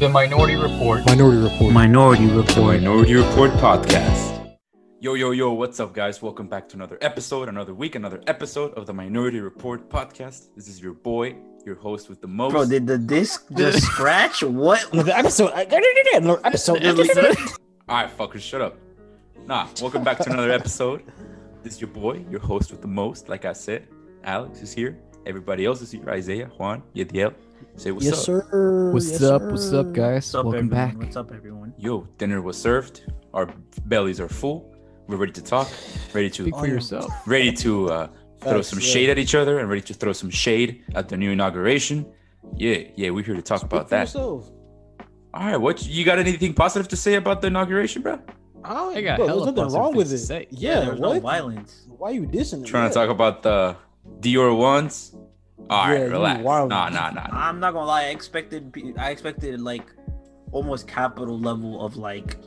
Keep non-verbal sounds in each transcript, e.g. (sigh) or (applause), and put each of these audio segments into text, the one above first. The Minority Report. Minority Report. Minority Report. Minority Report podcast. Yo, yo, yo, what's up, guys? Welcome back to another episode, another week, another episode of the Minority Report podcast. This is your boy, your host with the most. Bro, did (laughs) the disc just scratch? What? the episode. I- another episode. All right, fuckers, shut up. Nah, welcome back (laughs) to another episode. This is your boy, your host with the most. Like I said, Alex is here. Everybody else is here. Isaiah, Juan, Yadiel. Say what's yes, up. sir. What's Yes, up? sir. What's up, guys? What's up, Welcome everyone? back. What's up, everyone? Yo, dinner was served. Our bellies are full. We're ready to talk. Ready to Speak for yourself. ready to uh, throw That's some it. shade at each other and ready to throw some shade at the new inauguration. Yeah, yeah, we're here to talk Speak about for that. yourself. All right, what you got anything positive to say about the inauguration, bro? Oh, They got bro, hella there's nothing positive wrong with things it. to say. Yeah, there was no what? violence. Why you dissing? Trying to talk about the Dior ones. All right, Yeah, you relax. wild. Nah, nah, nah. I'm not gonna lie. I expected. pe- I expected like almost capital level of like,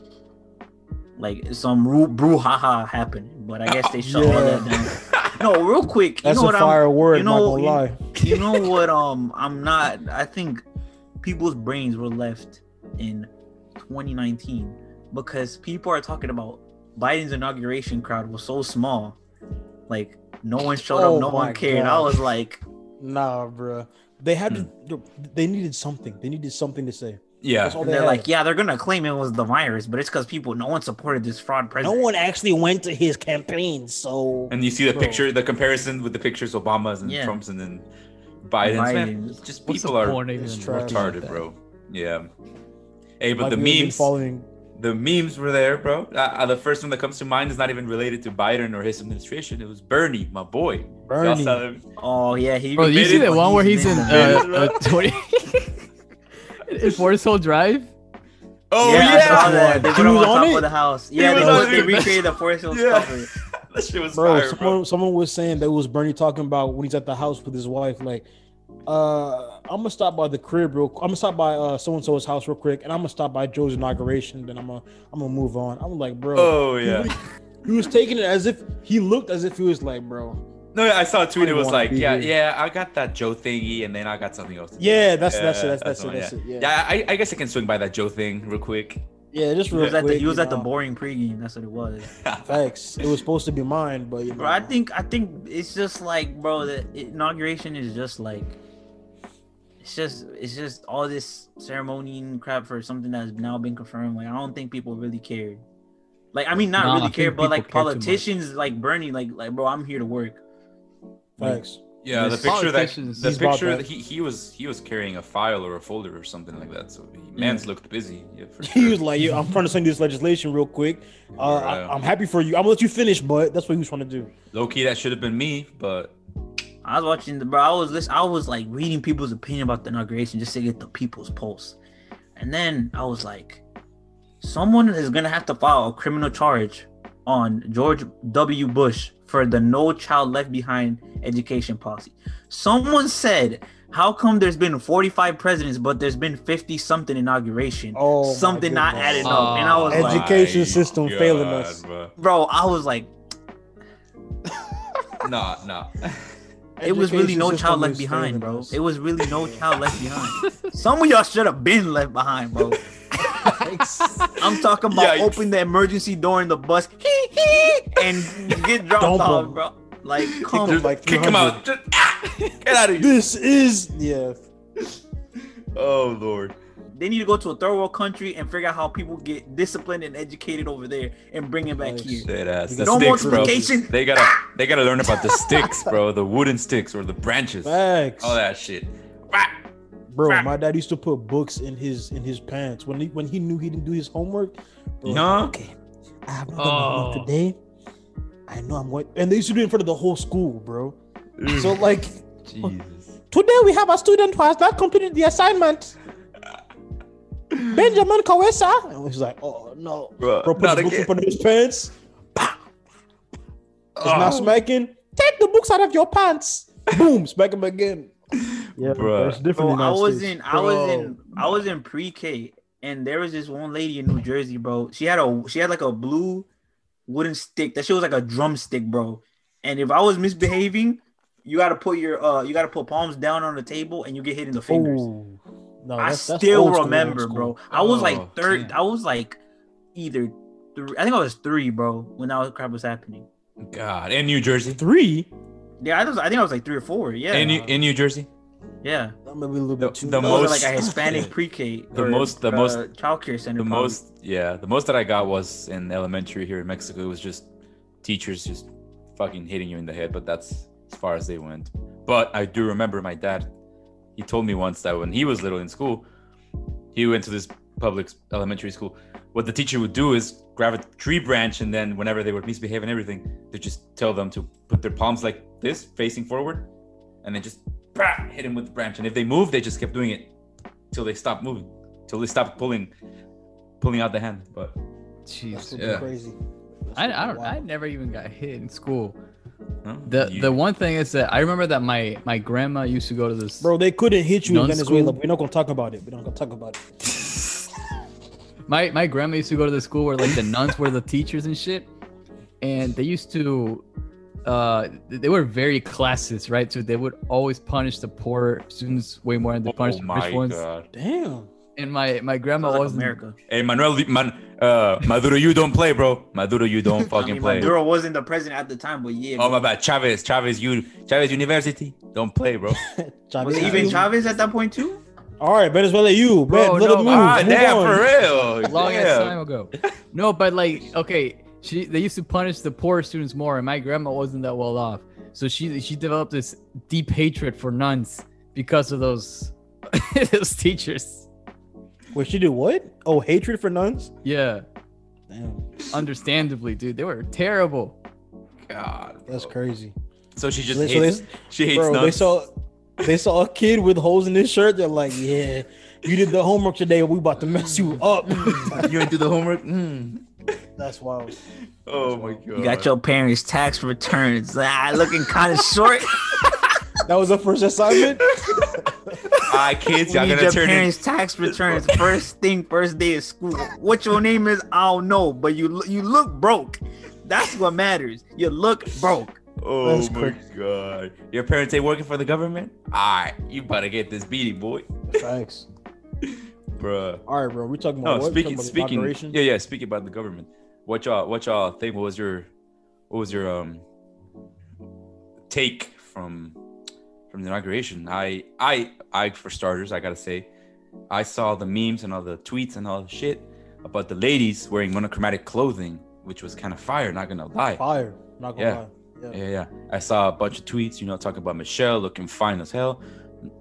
like some ru- brouhaha happened. But I guess they shut all that down. No, real quick. You That's know a what fire word. you not know- gonna you- lie. I'm. You know what? Um, I'm not. I think people's brains were left in 2019 because people are talking about Biden's inauguration crowd was so small, like no one showed Oh up, no my one cared. I God. was like, Nah, bro. They had Hmm. to. They needed something. They needed something to say. That's Yeah, all And Oh, they they're had. like, yeah, they're gonna claim it was the virus, but it's because people, no one supported this fraud no president. one actually went to his campaign, so and you see the Bro. picture, the comparison with the pictures Obama's and Yeah. Trump's and then Biden's. Man, Biden's. just What's the people are point of It's even trash. looking at retarded, that? bro. Yeah. Hey, but Like, the we've been memes. following. the memes were there, bro. Uh, Uh, the first one that comes to mind is not even related to Biden or his administration. It was Bernie, my boy. Y'all Bernie. saw him. Oh yeah, he. Bro, did you Made see it that when one where he's in there. uh, uh, 20 (laughs) in Forest Hill Drive? Oh yeah, I saw yeah, that. They He put him was on on top it? of the house. Yeah, was they, on put- they it. recreated the Forest Hills Yeah. cover. (laughs) that shit was bro, fire, someone, bro. someone was saying that was Bernie talking about when he's at the house with his wife, like, uh, I'm gonna stop by the crib real. I'm gonna stop by uh so and so's house real quick, and I'm gonna stop by Joe's inauguration. Then I'm gonna I'm gonna move on. I'm like, bro, Oh he yeah. really- he was taking it as if he looked as if he was like, bro, No, I saw a tweet. It don't was wanna like, be yeah, here. yeah, I got that Joe thingy, and then I got something else. to do. yeah, that's that's it, Yeah, that's that's, the one, it, that's yeah. it, yeah, Yeah, I, I guess I can swing by that Joe thing real quick. (laughs) yeah, just He real was at the, quick, he was you at the know. boring pregame. That's what it was. Facts. It was supposed to be mine, but you know, Bro, I think I think it's just like, bro, the inauguration is just like, it's just it's just all this ceremony and crap for something that's now been confirmed. Like, I don't think people really cared. Like, I mean, not Nah, I really care, think but people like care too much. politicians, like Bernie, like like bro, I'm here to work. facts. (laughs) Yeah, the Yes. picture that Politicians. the He's about picture that. that he, he was he was carrying a file or a folder or something like that. So he, man's looked busy. Yeah, for Mm. (laughs) He sure. was like, "Yo, I'm trying to send you this legislation real quick. Uh, Yeah. I, I'm happy for you. I'm gonna let you finish, but that's what he was trying to do. low key. That should have been me, but I was watching the bro. I was listen, I was like reading people's opinion about the inauguration just to get the people's pulse, and then I was like, someone is gonna have to file a criminal charge on George W. Bush for the No Child Left Behind education policy. Someone said, "How come there's been 45 presidents, but there's been 50 something inauguration? Oh, my something not goodness. added up." And I was Educate- like, Education Oh My system failing us. bro. "Bro, I was like, Nah, nah. it was really Education no system child left is behind, failing bro. us. It was really no child left behind. Some of y'all should have been left behind, bro. I'm talking about Yikes. open the emergency door in the bus hee, hee, and get dropped Dump 'em. off, bro. Like, come There's on. like (laughs) Kick him 300. out. Just- ah! Get out of here. This is yeah. Oh lord. They need to go to a third world country and figure out how people get disciplined and educated over there and bring it back Yikes. here. Dead ass. The No sticks, bro. multiplication. They gotta they gotta learn about the sticks, bro. The wooden sticks or the branches. All Facts, that shit. Wah! bro. My dad used to put books in his in his pants when he when he knew he didn't do his homework. bro, No. okay, I have not done my homework Oh. today. I know I'm what, and they used to do it in front of the whole school, bro. So like Jesus. today we have a student who has not completed the assignment. Benjamin Kawesa, and he's like, oh no, Bro, bro, put not his books in again. front of his pants. It's Oh, not smacking. Take the books out of your pants. Boom, smack him again. Yeah, Bruh. it's different. Bro, in I our was states. in, I was Bro. in, I was in pre-K, and there was this one lady in New Jersey, bro. She had a, she had like a blue wooden stick. That shit was like a drumstick, bro. And if I was misbehaving, you gotta put your, uh, you gotta put palms down on the table, and you get hit in the fingers. Ooh. No, I that's- that's still old school, old remember, school. bro. I was Oh, like third. damn. I was like either three. I think I was three, bro, when that crap was happening. Oh, God, in New Jersey, Three? Yeah, I was. I think I was like three or four. Yeah, in, New- in New Jersey, yeah. That might be a little The- bit too. the I much. was most- at, like a Hispanic (laughs) Yeah. pre-K. The or, most- the uh, most- childcare center. the probably. most yeah, the most that I got was in elementary here in Mexico. It was just teachers just fucking hitting you in the head, but that's as far as they went. But I do remember my dad. He told me once that when he was little in school, he went to this public s- elementary school. What the teacher would do is grab a tree branch, and then whenever they would misbehave and everything, they just tell them to put their palms like this, facing forward, and then just bah, hit him with the branch. And if they moved, they just kept doing it till they stopped moving, till they stopped pulling, pulling out the hand. But That's Jeez. looking Yeah. crazy. That's I, I looking don't. I wild. never even got hit in school. huh? The You- the one thing is that I remember that my my grandma used to go to this. Bro, they couldn't hit you in None Venezuela. school. We're not gonna talk about it. We're not gonna talk about it. My my grandma used to go to the school where like the nuns were the teachers and shit, and they used to, uh, they were very classist, right? So they would always punish the poor students way more than they oh punished the my rich ones. god. Damn. (laughs) And my my Sounds grandma like wasn't. America. Hey Manuel, man, uh, Maduro, you don't play, bro. Maduro, you (laughs) don't I fucking mean, play. Maduro wasn't the president at the time, but yeah. Oh bro. my bad, Chavez, Chavez, you, Chavez University, don't (laughs) play, bro. was Chavez. it even you. Chavez at that point too? All right, Venezuela, you. Bro, Bro, let no, it move. ah, move damn, on. for real. long ass time Damn. ago. No, but like, okay, she they used to punish the poor students more, and my grandma wasn't that well off, so she she developed this deep hatred for nuns because of those (laughs) those teachers. Wait, she did what? Oh, hatred for nuns? Yeah, Damn, understandably, dude, they were terrible. God, that's bro. crazy. So she just So they- so hates. they- she hates Bro, nuts. they saw they saw a kid with holes in his shirt. They're like, yeah, you did the homework today. We about to mess you up. (laughs) you didn't do the homework. Mm. (laughs) that's wild. Oh my god. You got your parents' tax returns. Ah, (laughs) looking kind of (laughs) short. That was the first assignment. Ah, kids, You y'all need gonna your turn in. parents' (laughs) tax returns first thing, first day of school. What your name is, I don't know, but you lo- you look broke. That's what matters. You look broke. Oh That's my crazy. god. Your parents ain't working for the government. Alright, you better get this beady, boy, Thanks. bruh. All right, bro. We talking about No, what? We Oh, speaking, talking about speaking, inauguration? yeah, yeah, speaking about the government. What y'all, what y'all think? What was your, what was your um take from from the inauguration? I, I, I for starters, I gotta say, I saw the memes and all the tweets and all the shit about the ladies wearing monochromatic clothing, which was kind of fire. Not gonna lie. Fire. Not gonna Yeah. lie. Yeah. Yeah, yeah. I saw a bunch of tweets, you know, talking about Michelle looking fine as hell.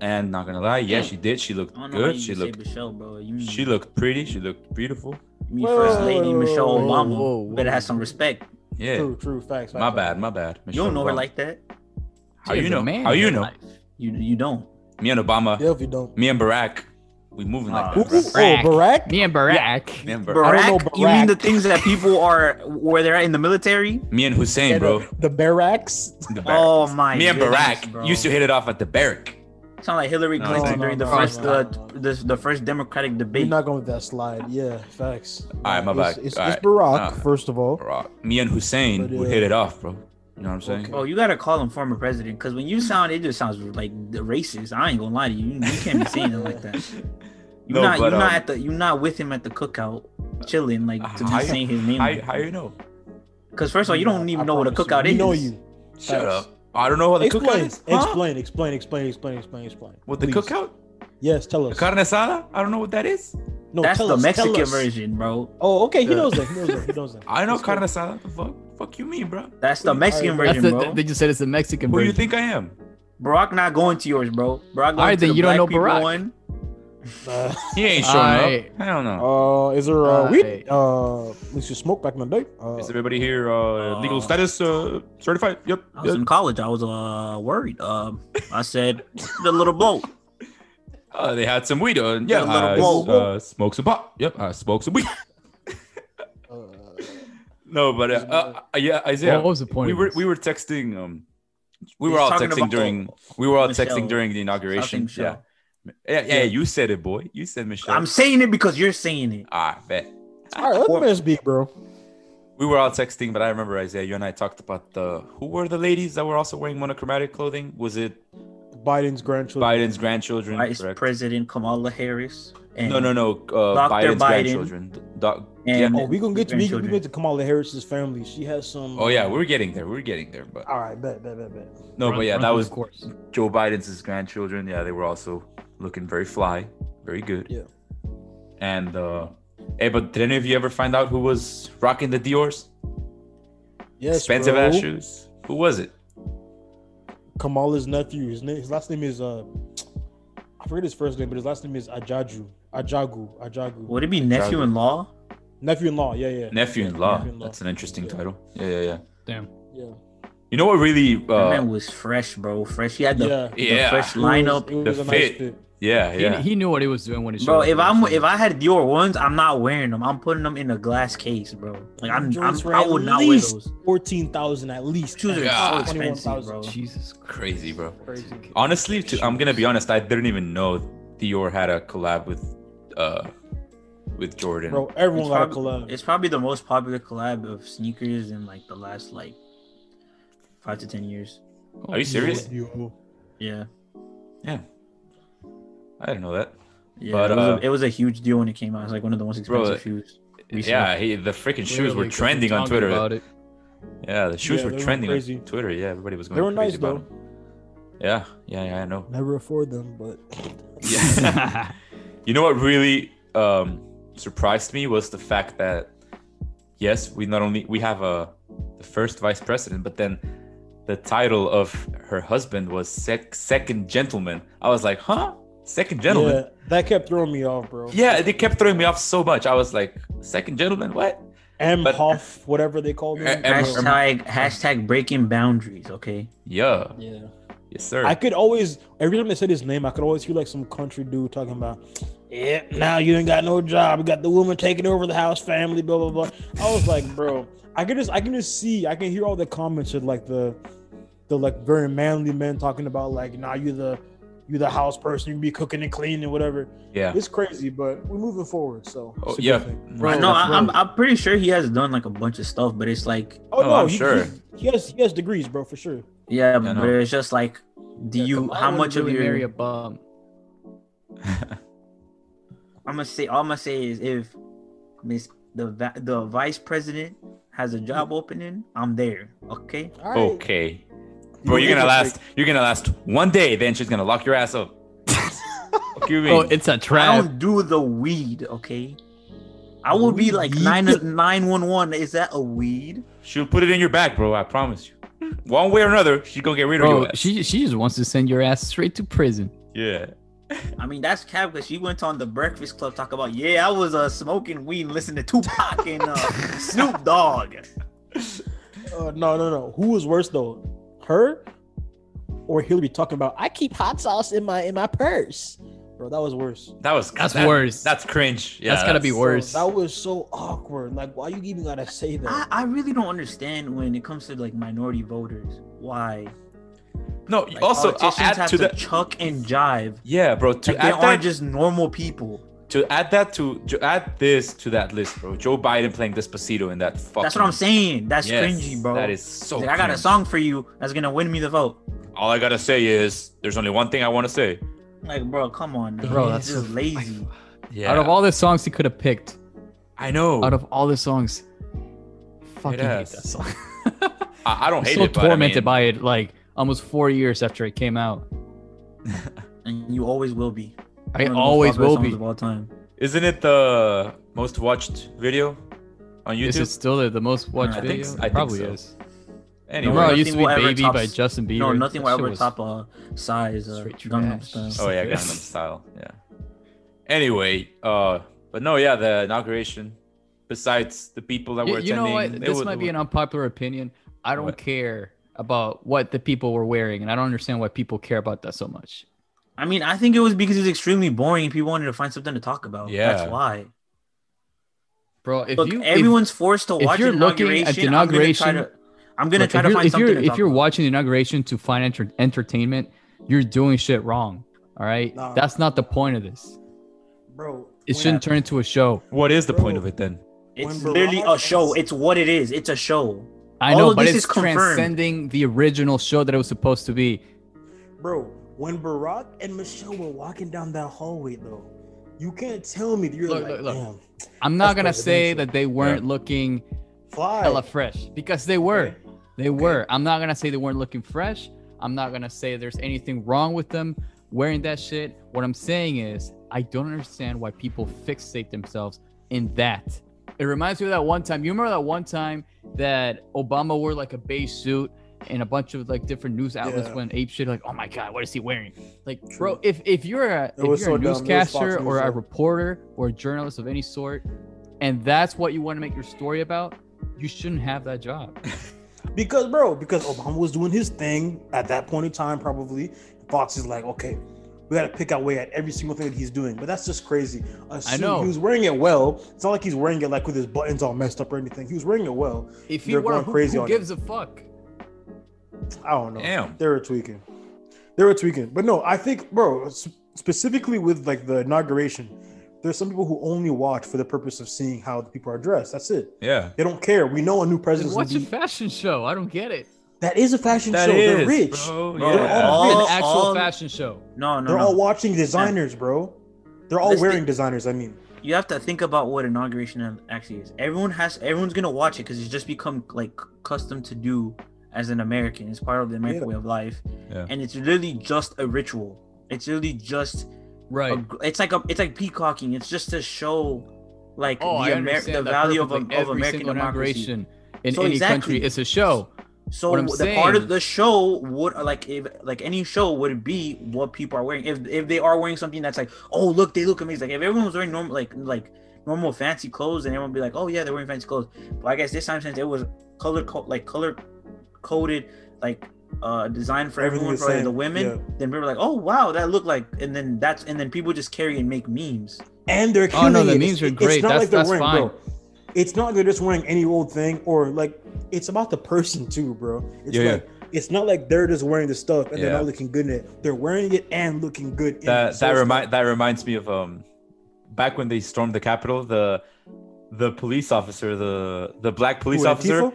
And not gonna lie, yeah, she did. She looked I don't know good. why you She say looked, Michelle, bro. You mean, she looked pretty. She looked beautiful. you mean Whoa, first whoa, lady whoa, Michelle whoa, Obama. whoa, You better whoa. have some respect. Yeah. True. True. Facts. My facts, bad, my bad. You Michelle don't know her Obama. like that. How She you was a know? man How in you her know? life. You you don't. Me and Obama, facts. Yeah, if you don't. me and Barack, we moving like Ah. Ooh, that. oh, Barack. bruh. Barack. Me and Barack. Me and Barack. know Barack, you mean the Barack. things that people are where they're at in the military? Me and Hussein, Yeah, bro. The, the barracks. The barrack. Oh my! me and goodness, Barack bro. used to hit it off at the barrack. sound like Hillary No, Clinton no, during no, the no, first no, uh, no. this the first Democratic We're debate. not going with that slide. Yeah, facts. All right, my it's, bad. It's, All it's right. Barack, Uh, first of all. Barack. Me and Hussein But, would uh, hit it off, bro. You know what I'm saying? okay. Oh, you gotta call him former president because when you sound, it just sounds like the racist. I ain't gonna lie to you. You, you can't be saying it (laughs) like that. You're No, not. but, You're not um, at the. You're not with him at the cookout, chilling like to How be you- saying his name. How, how you know? Because first of all, you don't I even know what a promise cookout you. is. We know you. Shut Facts. up. I don't know what the Explain, cookout is. Huh? explain, explain, explain, explain, explain, explain. What the please. cookout? Yes, tell The us. carne asada? I don't know what that is. No, That's tell the us, tell Mexican us. version, bro. Oh, okay. He Yeah. knows that. He knows that. He knows that. (laughs) I know Let's go. carne asada. The fuck? Fuck you mean, bro? That's the Wait, Mexican alright, That's version, the, bro. They just said it's the Mexican Who do version. you think I am? Barack not going to yours, bro. Barack going Alright, to then the you don't black know people Barack. one. He ain't showing Alright. up. I don't know. (laughs) Uh, is there uh, Uh, weed? Uh, we used to smoke back in the day. Uh, Is everybody here uh, legal Uh, status uh, certified? Yep. I was yep. in college. I was uh worried. Um, I said (laughs) the little bloke. Uh, they had some weed. Uh, yeah, a little I blow, s- blow. uh, smoked some pot. Yep, I smoked some weed. (laughs) uh, no, but uh, uh, uh, yeah, Isaiah, What was the point? we of were this? we were texting. Um, we He's were all talking texting about during we were all Michelle. texting during the inauguration. Something, Yeah. Michelle. yeah, yeah, Yeah. You said it, boy. You said Michelle. I'm saying it because you're saying it. I bet. all right, let the man speak, bro. We were all texting, but I remember Isaiah. You and I talked about the who were the ladies that were also wearing monochromatic clothing. Was it Biden's grandchildren. Biden's grandchildren. Vice correct? President Kamala Harris. And No, no, no. Uh, Dr. Biden's Biden. grandchildren. Doc- And- yeah. Oh, we gonna get to we gonna Grandchildren. get to Kamala Harris's family. She has some. Oh yeah, we're getting there. We're getting there, but All right, bet, bet, bet, bet. no, but yeah, that Of (laughs) was course. Joe Biden's his grandchildren. Yeah, they were also looking very fly, very good. Yeah. And uh, hey, but did any of you ever find out who was rocking the Dior's Yes, expensive bro. ass shoes? Who was it? Kamala's nephew. His name, his last name is uh, I forget his first name, but his last name is Ajaju. Ajagu. Ajagu. Would it be nephew in law? Nephew-in-law. Yeah, yeah. Nephew-in-law. Nephew-in-law. That's an interesting Yeah. title. Yeah, yeah, yeah. Damn. yeah. You know what really? That Uh, man was fresh, bro. Fresh. He had the, yeah. the Yeah. It fresh was- lineup. It was, the a nice fit. fit. yeah, yeah. He, he knew what he was doing when he showed Bro, up. if I'm if I had Dior ones, I'm not wearing them. I'm putting them in a glass case, bro. Like I'm, I'm Joints were I at would not wear least those. Fourteen thousand at least. Shoes are Yeah. so Twenty-one expensive, bro. thousand. Jesus Christ. Crazy, bro. Crazy. Honestly, to, I'm gonna be honest. I didn't even know Dior had a collab with, uh, with Jordan. Bro, everyone It's got a probably- collab. It's probably the most popular collab of sneakers in like the last like five to ten years. Are Oh, you serious? You- Yeah, I didn't know that. yeah. But, it, was uh, a, it was a huge deal when it came out. It was like one of the most Bro, expensive shoes. Recently. Yeah, he, the freaking shoes Clearly, 'cause were we're trending on talking Twitter. about it. Yeah, the shoes Yeah, were they were trending crazy. on Twitter. Yeah, everybody was going They were nice crazy about though. them. Yeah, yeah, yeah, I know. (laughs) (laughs) Never afford them, but Yeah. you know what really um, surprised me was the fact that yes, we not only we have a the first vice president, but then the title of her husband was sec- second gentleman. I was like, huh, second gentleman. yeah, that kept throwing me off, bro. Yeah, they kept throwing me off so much. I was like, second gentleman, what? M But- Hoff, whatever they call him. Em- bro. Hashtag hashtag breaking boundaries. Okay. Yeah, yeah. yes sir. I could always every time they said his name, I could always hear like some country dude talking about, yeah, now you ain't got no job. You got the woman taking over the house, family, blah blah blah. I was like, (laughs) bro, I can just I can just see, I can hear all the comments of like the the like very manly men talking about like, nah, you the you the house person, you be cooking and cleaning and whatever. yeah. It's crazy, but we're moving forward, so Oh, it's a good yeah. thing. Bro, no, I, bro. I'm I'm pretty sure he has done like a bunch of stuff, but it's like Oh, Oh, no, I'm he, sure. he- he has he has degrees, bro, for sure. yeah, Yeah, but no. it's just like, do Yeah, you Kamala how would much of really your marry a bum? I'm gonna say all I'm gonna say is if Miss the va- the vice president has a job opening, I'm there. Okay. All right. Okay. Bro, you're gonna last. You're gonna last one day. Then she's gonna lock your ass (laughs) up. Fuck you mean? Oh, it's a I trap. don't do the weed. Okay. I will be like nine nine one one. Is that a weed? She'll put it in your back, bro. I promise you. One way or another, she gonna get rid of Bro, you. she she just wants to send your ass straight to prison. Yeah. I mean that's cap because she went on the Breakfast Club talk about yeah I was uh smoking weed and listening to (laughs) Tupac and uh, Snoop Dogg. Uh, no, no, no. Who was worse though, her or Hillary talking about? I keep hot sauce in my in my purse, bro. That was worse. That was. That's that- worse. That's cringe. Yeah. That's gotta be Bro, worse. that was so awkward. Like, why you even gotta say I, that? I really don't understand when it comes to like minority voters why No. like, also, I'll politicians add have to that. chuck and jive Yeah, bro. To Like, they add that. aren't just normal people. to add that to, to add this to that list, bro. Joe Biden playing Despacito in that fucking. That's what I'm saying. That's Yes, cringy, bro. That is so. Like, I got a cringe. song for you that's gonna win me the vote. All I gotta say is, there's only one thing I want to say. Like, bro, come on, now. Bro, He's that's just so- lazy. Yeah. Out of all the songs he could have picked, I know. out of all the songs, fucking hate ass. that (laughs) song. I, (laughs) I don't hate so it. but I tormented mean- by it, like almost four years after it came out. And you always will be. I One of the most always popular will songs be. Of all time. Isn't it the most watched video on Is it YouTube? still the, the most watched I think video? so- It I think probably so. is. Anyway, No, Remember, it nothing used to be will ever "Baby" top by s- Justin Bieber. No, nothing That will shit ever was- top uh, size uh, Straight Gangnam trash. Style. oh yeah, Gangnam Style. Yeah. Anyway, uh, but no, yeah, the inauguration. Besides the people that You, were you attending, know what? they This were- might be an unpopular opinion. I don't What? care about what the people were wearing, and I don't understand why people care about that so much. I mean, I think it was because it was extremely boring and people wanted to find something to talk about. Yeah. That's why. Bro, if Look, you if- everyone's forced to if watch you're an looking inauguration. at the I'm gonna try inauguration- to, I'm gonna look, try if to you're- find if something you're to if talk you're about. watching the inauguration to find enter- entertainment, you're doing shit wrong. All right, Nah. that's not the point of this. bro, It when shouldn't I- turn into a show. What is the point Bro. of it then? It's When literally a Barack show. was- It's what it is. It's a show. I All know, of but this it's is confirmed. transcending the original show that it was supposed to be. bro. When Barack and Michelle were walking down that hallway, though, you can't tell me that you're Look, like, look, look. damn, I'm not That's gonna say presidential. that they weren't looking fly. hella fresh because they were. They were. I'm not gonna say they weren't looking fresh. I'm not gonna say there's anything wrong with them wearing that shit. What I'm saying is I don't understand why people fixate themselves in that. It reminds me of that one time. You remember that one time that Obama wore like a beige suit and a bunch of like different news outlets Yeah. went ape shit like, oh my god, what is he wearing? Like, bro, if if you're a if was you're so a dumb. It was Fox newscaster News, or yeah. a reporter or a journalist of any sort, and that's what you want to make your story about, you shouldn't have that (laughs) job. Because, bro, because Obama was doing his thing at that point in time, probably. Fox is like, okay, we got to pick our way at every single thing that he's doing. But that's just crazy. A suit, know. He was wearing it well. It's not like he's wearing it like with his buttons all messed up or anything. He was wearing it well. If you They're were, going who, crazy who on gives a fuck? I don't know. Damn. They were tweaking. They were tweaking. But no, I think, bro, s- specifically with like the inauguration, there's some people who only watch for the purpose of seeing how the people are dressed. That's it. Yeah. They don't care. We know a new Then president's gonna What's a be. fashion show? I don't get it. that is a fashion That show. They're is, rich. bro. Bro, Yeah. all- Be an All- actual all- fashion show. No, no, They're no. all watching designers, bro. They're all Let's wearing thi- designers. I mean, you have to think about what inauguration actually is. Everyone has, everyone's gonna watch it because it's just become like custom to do as an American. It's part of the American Yeah. way of life, Yeah. and it's really just a ritual. It's really just, Right. a gr it's like a, it's like peacocking. It's just to show, like oh, I the, Amer- understand the that value of, perfectly. of every American single democracy. inauguration in So any exactly. country. It's a show. So What I'm the part saying- of the show would like if like any show would be what people are wearing. If if they are wearing something that's like, oh look, they look amazing. Like if everyone was wearing normal like like normal fancy clothes, and everyone would be like, oh yeah, they're wearing fancy clothes. But I guess this time since it was color co- like color coded like uh designed for Everything everyone the for like, the same, women, yeah. then we were like, oh wow, that looked like, and then that's and then people just carry and make memes. and they're Oh, killing no, the it. memes It's- are it's great. not That's- like they're that's wearing, fine. bro. It's not they're just wearing any old thing or like it's about the person too, bro. It's Yeah, yeah. like it's not like they're just wearing the stuff and they're Yeah. not looking good in it. They're wearing it and looking good. in it. that So that it's remind like- that reminds me of um back when they stormed the Capitol, the the police officer, the the black police Who, officer. Antifa?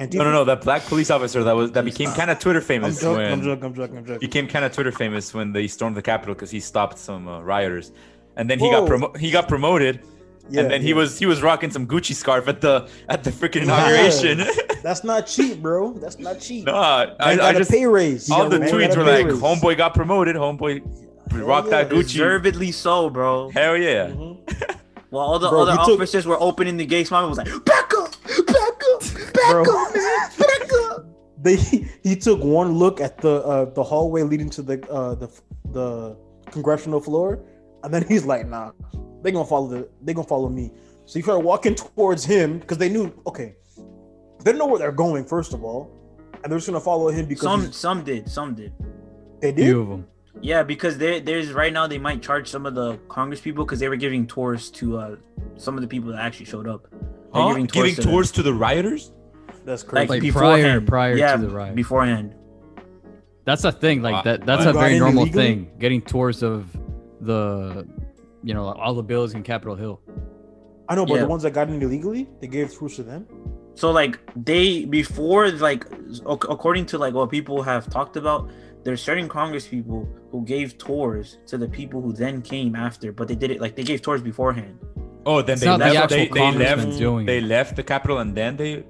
Antifa? No, no, no, that black police officer that was that became Jeez. kind of Twitter I'm famous joking. when I'm joking. I'm joking. I'm joking. became kind of Twitter famous when they stormed the Capitol because he stopped some uh, rioters, and then he Whoa. got promo- he got promoted, Yeah, and then he yeah. was he was rocking some Gucci scarf at the at the freaking Yeah. inauguration. (laughs) That's not cheap, bro. That's not cheap. nah, I, I, got I a just pay raise. all the Man tweets got a were pay like, raise. "Homeboy got promoted, homeboy rocked yeah. that Gucci." Deservedly so, bro. Hell yeah! Mhm. While all the Bro, other you took- officers were opening the gates, mama was like, back up, back up, back Bro. up, man, back up. they he took one look at the uh, the hallway leading to the uh, the the congressional floor, and then he's like, "Nah, they gonna follow the they gonna follow me." So you started walking towards him because they knew okay, they know where they're going first of all, and they're just gonna follow him because Some he's- some did, some did. they did. Few of them. Yeah, because there there's right now they might charge some of the Congress people because they were giving tours to uh some of the people that actually showed up. They're Huh? Giving them. tours to the rioters? That's like, crazy. Like, prior- beforehand. prior to yeah, the riot. beforehand. That's a thing. Wow. Like that. That's You a got very in normal illegally? thing. Getting tours of the, you know, all the buildings in Capitol Hill. I know, but yeah. the ones that got in illegally, they gave tours to them. So like they before like ac- according to like what people have talked about, there's certain Congress people who gave tours to the people who then came after, but they did it like they gave tours beforehand. Oh, then It's they not the left. actual They, they congressman left. doing They it. left the Capitol, and then they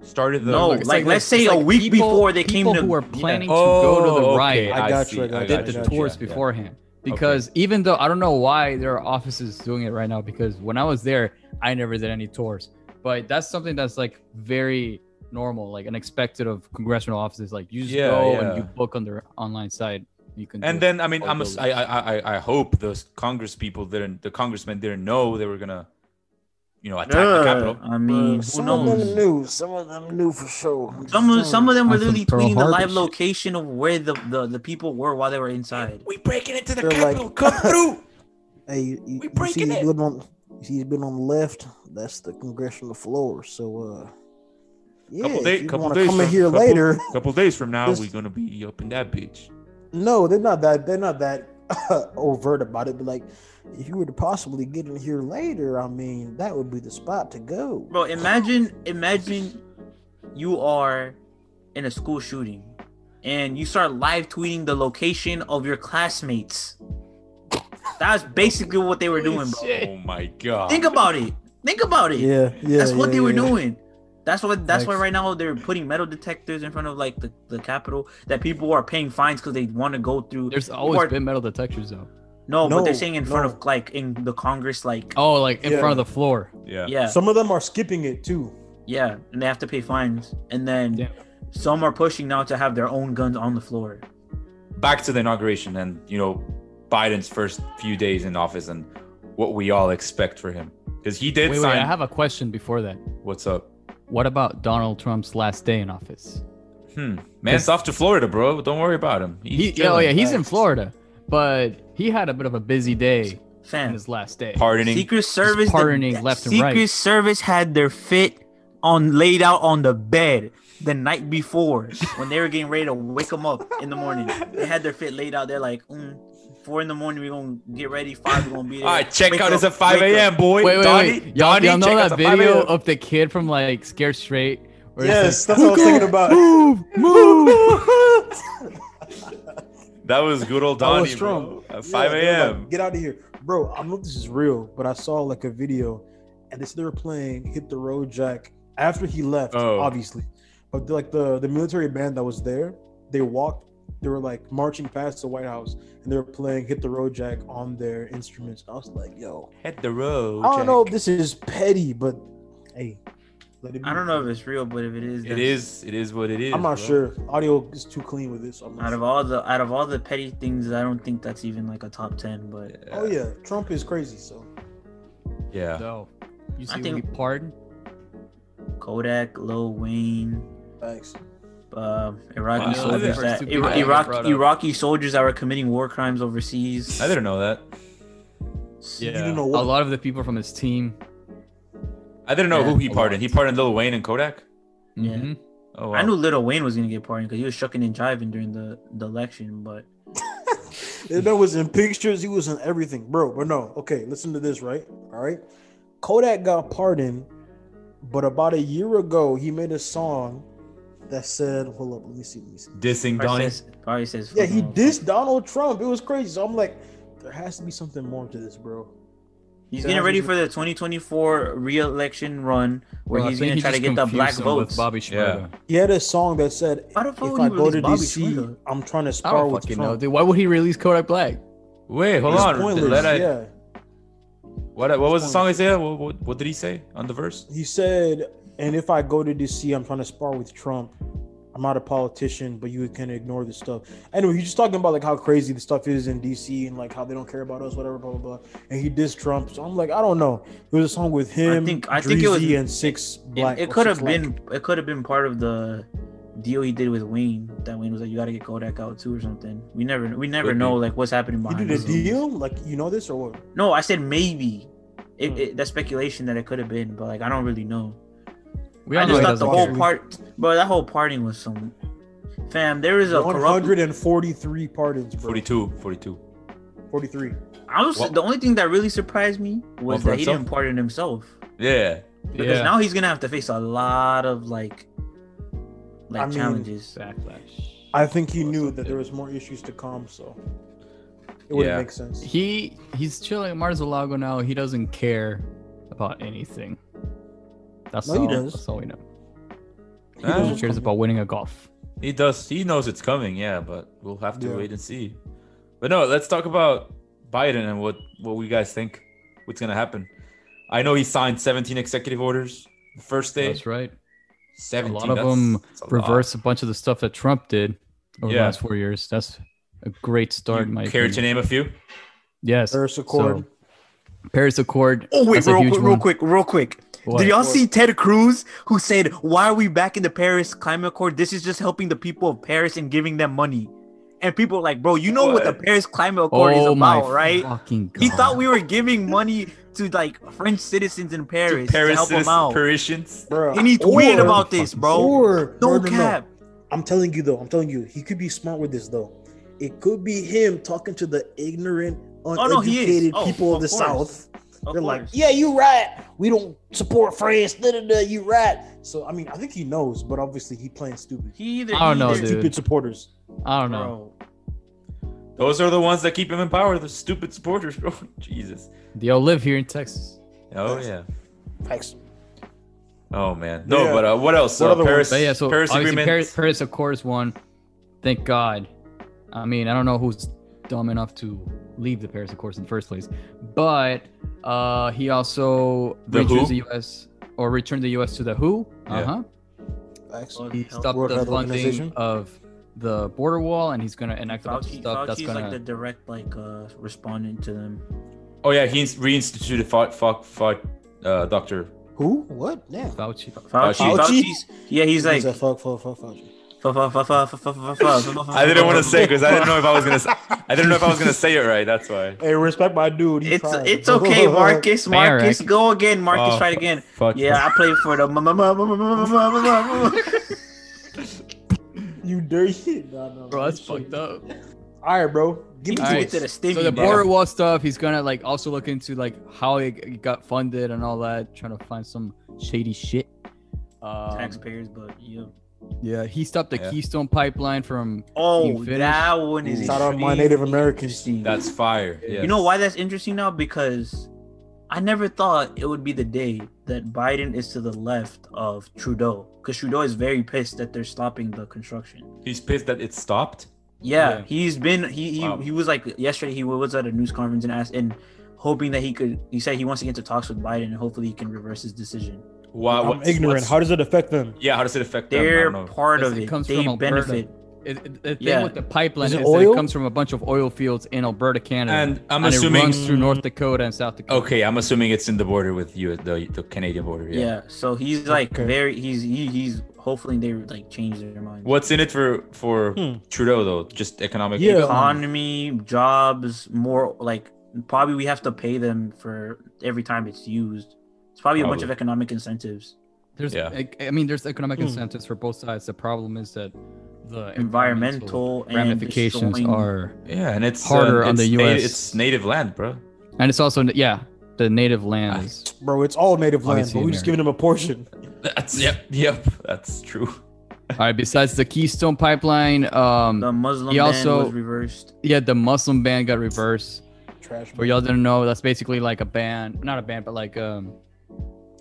started the. No, Look, it's like, let's it's say a week people- before they came people to- who are yeah. planning to go Oh, to the okay, riot I got you, I got see, you, I did got the you, tours yeah. beforehand because even though I don't know why there are offices doing it right now because when I was there I never did any tours but that's something that's like very normal like unexpected of congressional offices like you just Yeah, go yeah. and you book on their online site you can do And it. then I mean, I'm ass- I, I I I hope those Congress people didn't, the congressmen didn't know they were gonna, you know, attack the Capitol. I mean, who Uh, Some of knows? them knew. Some of them knew for sure. Some of, some of them were On some literally Pearl tweeting the Harbor live shit. location of where the, the, the people were while they were inside. We breaking into the They're Capitol. like- (laughs) Come through. Hey, you, you, We you see, breaking he's it. been on. You see, he's been on the left. That's the congressional floor. So, uh, yeah, Couple if day- you couple want to days come in from- here couple- later. couple days from now, This- we're gonna be up in that bitch. No, they're not that. They're not that (laughs) overt about it. But like, if you were to possibly get in here later, I mean, that would be the spot to go. Bro, imagine imagine you are in a school shooting and you start live tweeting the location of your classmates. That's basically what they were doing, bro. Oh my god. Think about it. Think about it. Yeah, yeah. that's what yeah, they were yeah. doing. That's what. That's why Facts. right now they're putting metal detectors in front of like the, the Capitol that people are paying fines because they want to go through. There's people always are- been metal detectors though. no, but they're No, saying in front no. of like in the Congress, like Oh, like in Yeah. front of the floor. Yeah. yeah, Some of them are skipping it too. yeah, and they have to pay fines, and then Damn. some are pushing now to have their own guns on the floor. Back to the inauguration and you know Biden's first few days in office and what we all expect for him because he did Wait, wait, sign. I have a question before that. What's up? What about Donald Trump's last day in office? Hmm. Man's off to Florida, bro. Don't worry about him. He's He, oh chilling. yeah, he's in Florida, but he had a bit of a busy day on Fam, his last day. pardoning. Secret Service, pardoning left and Secret right. Service had their fit on laid out on the bed the night before when they were getting ready to wake them up in the morning. They had their fit laid out. They're like, mm, four in the morning, we're gonna get ready. Five, we're gonna be there. All right, check Wake out up, is at 5 wake a.m. up. boy. Wait, wait, Donnie, wait. Y'all, Donnie, y'all know check out that the 5 video a.m.. of the kid from like Scared Straight? where it's Yes, like, (laughs) that's what I was thinking about. move, move. That was good old That was Donnie, strong. bro. At Yeah, 5 they were a.m. like, Get out of here, bro. I don't know if this is real, but I saw like a video, and they said they were playing "Hit the Road Jack" after he left, Oh. obviously. But like the the military band that was there, they walked. They were like marching past the White House, and they were playing "Hit the Road Jack" on their instruments. I was like, yo, Hit the road. I don't know if Jack. this is petty, but hey, let it be. I don't know if it's real, but if it is, It then- is. It is what it is. I'm not bro. sure. Audio is too clean with this. So I'm not Out of all the out of all the petty things, I don't think that's even like a top ten. But sure. oh yeah, Trump is crazy. So Yeah. So, you I see, think- we pardon. Kodak, Lil Wayne, thanks. uh, Iraqi Wow. soldiers, Those are the that, first two Ira- people I Iraq, brought up. Iraqi soldiers that were committing war crimes overseas. I didn't know that. You didn't know a what. lot of the people from his team. I didn't know Yeah. who he pardoned. He pardoned Lil Wayne and Kodak. Yeah. Mhm. Oh, wow. I knew Little Wayne was gonna get pardoned because he was shucking and jiving during the, the election, but That man was in pictures. He was in everything, bro. But no, okay. Listen to this, right? All right. Kodak got pardoned, but about a year ago, he made a song that said, "Hold up, let me see, let me see." dissing probably Donnie. says, probably says Yeah, he fucking- dissed Donald Trump. It was crazy. So I'm like, there has to be something more to this, bro. He's getting ready for the 2024 re-election run where Bro, I he's think gonna he try to just get the confused black him with votes. Bobby Shmurda. He had a song that said, "If Why the fuck would I he go to release Bobby DC, Shmurda? I'm trying to I spar don't with fucking Trump." know, dude. Why would he release Kodak Black? Wait, hold It's on. pointless, Let I- yeah. what, what was the song I said? What, what, what did he say on the verse? He said, and if I go to DC, I'm trying to spar with Trump. I'm not a politician, but you can ignore this stuff. Anyway, he's just talking about like how crazy the stuff is in DC and like how they don't care about us, whatever, blah blah blah. And he dissed Trump. So I'm like, I don't know. It was a song with him, I think, I think it was, and six black. it or could have Six Black. been it could have been part of the deal he did with Wayne. That Wayne was like, "You gotta get Kodak out too" or something. We never we never Could be. know like what's happening He did behind. the a scenes. deal, like you know this or what? No, I said maybe. It, Hmm. it, that's speculation that it could have been, but like I don't really know. We I all know just he thought the doesn't whole care. part, bro. That whole parting was some. Fam, there is a corrupt. 143 pardons, bro. 42. 42. 43. I was Well- the only thing that really surprised me Well, was for that he didn't himself? pardon himself Yeah. because Yeah. now he's gonna have to face a lot of like, like I mean- challenges. Backlash. I think he knew that there was more issues to come, so it wouldn't Yeah. make sense. He he's chilling at Marzalago now. He doesn't care about anything. That's No, all. he does. That's all we know. He Ah. He knows only what's cares coming. about winning a golf. He does. He knows it's coming. Yeah, but we'll have to Yeah. wait and see. But no, let's talk about Biden and what what we guys think. What's gonna happen? I know he signed 17 executive orders the first day. That's right. 17. A lot of that's- them that's a lot. Reverse a bunch of the stuff that Trump did over the Yeah. last four years. That's a great start, You Mike. Care to name a few? Yes. Paris Accord. So, Paris Accord. Oh wait, that's a real huge quick, real one. quick, real quick. What? Did y'all see Ted Cruz who said, "Why are we back in the Paris Climate Accord? This is just helping the people of Paris and giving them money." And people are like, "Bro, you know what, the What? Paris Climate Accord is Oh my about, right?" fucking god. He thought we were giving money to like French citizens in Paris to, Paris help them citizen- out. Parisians. Bro, And he tweeted or- about this, bro. Or No no, no, no. cap. I'm telling you though, I'm telling you, he could be smart with this though. It could be him talking to the ignorant, no, he is. uneducated Oh, people of, of the course. South, Of They're like, course. yeah, you rat. We don't support France. Da, da, da, you rat. So I mean, I think he knows, but obviously he playing stupid. He either. I don't know, either- dude. Stupid supporters. I don't know. Bro, Those are the ones that keep him in power. The stupid supporters, (laughs) bro. Jesus. They all live here in Texas. Oh Yes. yeah. Facts. Oh man. No, Yeah. but uh, what else? What Uh, other Paris. But yeah, so Paris obviously agreement. Paris, Paris Accords won. Thank God. I mean, I don't know who's dumb enough to leave the Paris Accords in the first place, but uh, he also The returns who? the U.S. or returned the U.S. to the WHO. Yeah. Uh huh. Facts. Lord He help. stopped World the Health funding Organization? of the border wall, and he's gonna enact a bunch of Fauci, stuff that's Fauci's gonna. like the direct like uh responding to them. Oh yeah, he ins- reinstituted fought fought fought uh, Doctor. Who? What? Yeah. Fauci. Fauci, Fauci? Fauci's, yeah, he's like. a fuck, fuck, fuck, fuck. I I didn't want to say because I didn't know if I was gonna. Say, I didn't know if I was gonna say it right. That's why. Hey, respect my dude. He It's tried. (laughs) it's okay, Marcus. Fair, Marcus, go again. Marcus, Oh, try it again. Fuck. Yeah, I played for the. you dirty. (laughs) No, no, Bro, that's fucked up. All right, bro. Give me All to right. it. to the so stimmy, the bro. border wall stuff, he's gonna like also look into like how it got funded and all that, trying to find some shady shit. Um, Taxpayers, but yeah. Yeah, he stopped the Yeah. Keystone Pipeline from. Oh, finished? that one is Shout out my intriguing. Native Americans. Interesting. That's fire. You know why that's interesting now? Because I never thought it would be the day that Biden is to the left of Trudeau. Because Trudeau is very pissed that they're stopping the construction. He's pissed that it stopped. Yeah, Yeah. he's been he he, Wow. he was like yesterday he was at a news conference and asked and hoping that he could he said he wants to get into talks with Biden and hopefully he can reverse his decision. Why? I'm Uh, what's- ignorant. what's- How does it affect them? yeah. How does it affect them? I They're don't know. part of Listen, it it. comes they from Alberta. benefit. It, it- the thing Yeah. with the pipeline Is is, it that oil? it comes from a bunch of oil fields in Alberta, Canada, And I'm and assuming. it runs through North Dakota and South Dakota. Okay, I'm assuming it's in the border with you, the, the Canadian border. Yeah. So he's like Okay. very he's he, he's hopefully they like change their mind. What's in it for for Hmm. Trudeau though? Just economic. um, Yeah. economy, jobs, more like probably we have to pay them for every time it's used. It's probably, a bunch Probably. of economic incentives. There's, Yeah. I, I mean, there's economic Hmm. incentives for both sides. The problem is that the Environmental and ramifications destroying- are, Yeah, and it's um, Harder on it's the na- US. it's native land, bro. and it's also yeah, the native Ah. lands. Bro, it's all native land, Obviously but we America. just giving them a portion. That's yep, (laughs) yep. That's true. all right. Besides the Keystone Pipeline, um, The Muslim He ban also- was reversed. yeah, the Muslim ban got reversed. Trash. For y'all didn't know, that's basically like a ban, not a ban, but like um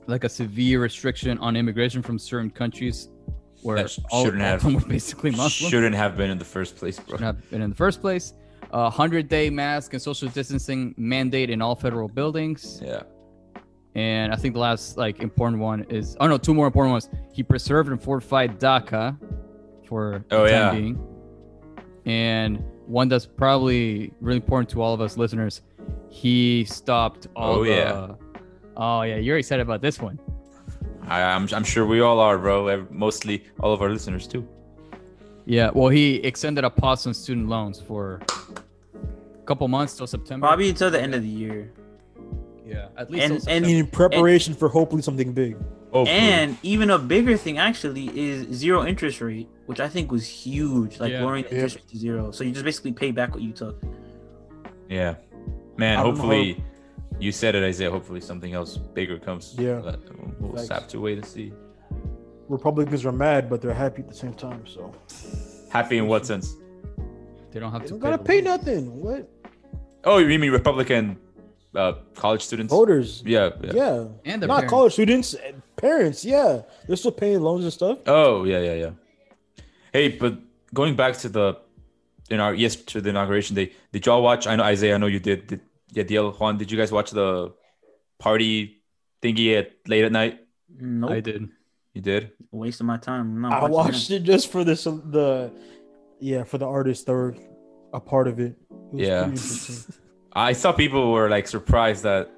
like a severe restriction on immigration from certain countries where That sh- all, shouldn't all have- of them were basically Muslim. Shouldn't have been in the first place, bro. Shouldn't have been in the first place. A hundred day mask and social distancing mandate in all federal buildings. Yeah. And I think the last like important one is oh no, two more important ones. He preserved and fortified DACA for the Oh, time yeah. being. And one that's probably really important to all of us listeners, he stopped all Oh, the yeah. Oh yeah, you're excited about this one. I, I'm I'm sure we all are, bro. Ev- Mostly all of our listeners too. Yeah, well he extended a pause on student loans for a couple months till September. Probably until the end of the year. yeah, at least And till I and mean, in preparation for hopefully something big. Oh, and even a bigger thing actually is zero interest rate, which I think was huge. Like Yeah. lowering the interest rate to zero. So you just basically pay back what you took. yeah, man. I don't Hopefully, you said it, Isaiah. Hopefully, something else bigger comes. Yeah. But we'll just Thanks. have to wait and see. Republicans are mad, but they're happy at the same time. So Happy in what sense? they don't have they to don't gotta the pay loans. nothing. What Oh, you mean Republican uh, college students? voters? Yeah, yeah. Yeah, And not their parents. college students, eh, parents. Yeah, they're still paying loans and stuff. Oh, yeah, yeah, yeah. Hey, but going back to the in our yes to the inauguration day, did y'all watch? I know Isaiah, I know you did. did yeah, DL Juan, did you guys watch the party thingy at late at night? Nope. I did. You did. Waste of my time. I'm not I watching watched it just for this the yeah for the artists that were a part of it. It was (laughs) Yeah. pretty interesting. I saw people were like surprised that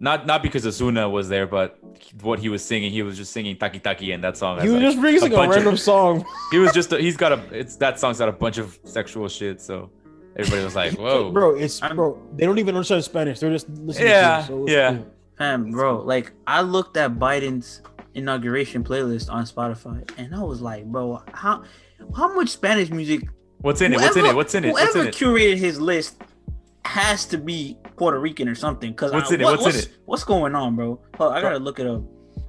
not not because Asuna was there, but what he was singing, he was just singing Taki Taki and that song. He has, was like, just releasing a a bunch of- random song. he was just he's got a it's that song's got a bunch of sexual shit, so everybody was (laughs) like, Whoa. bro, it's I'm- bro. They don't even understand Spanish. They're just listening. Yeah, to it, so it's yeah. cool. Fam, bro, like I looked at Biden's inauguration playlist on Spotify, and I was like, bro, how how much Spanish music? What's in it? What's in it? What's in it? What's in Whoever it? curated his list has to be Puerto Rican or something. Cause What's I, in it? What's in what's, it? what's going on, bro? Hold on, I gotta look it up.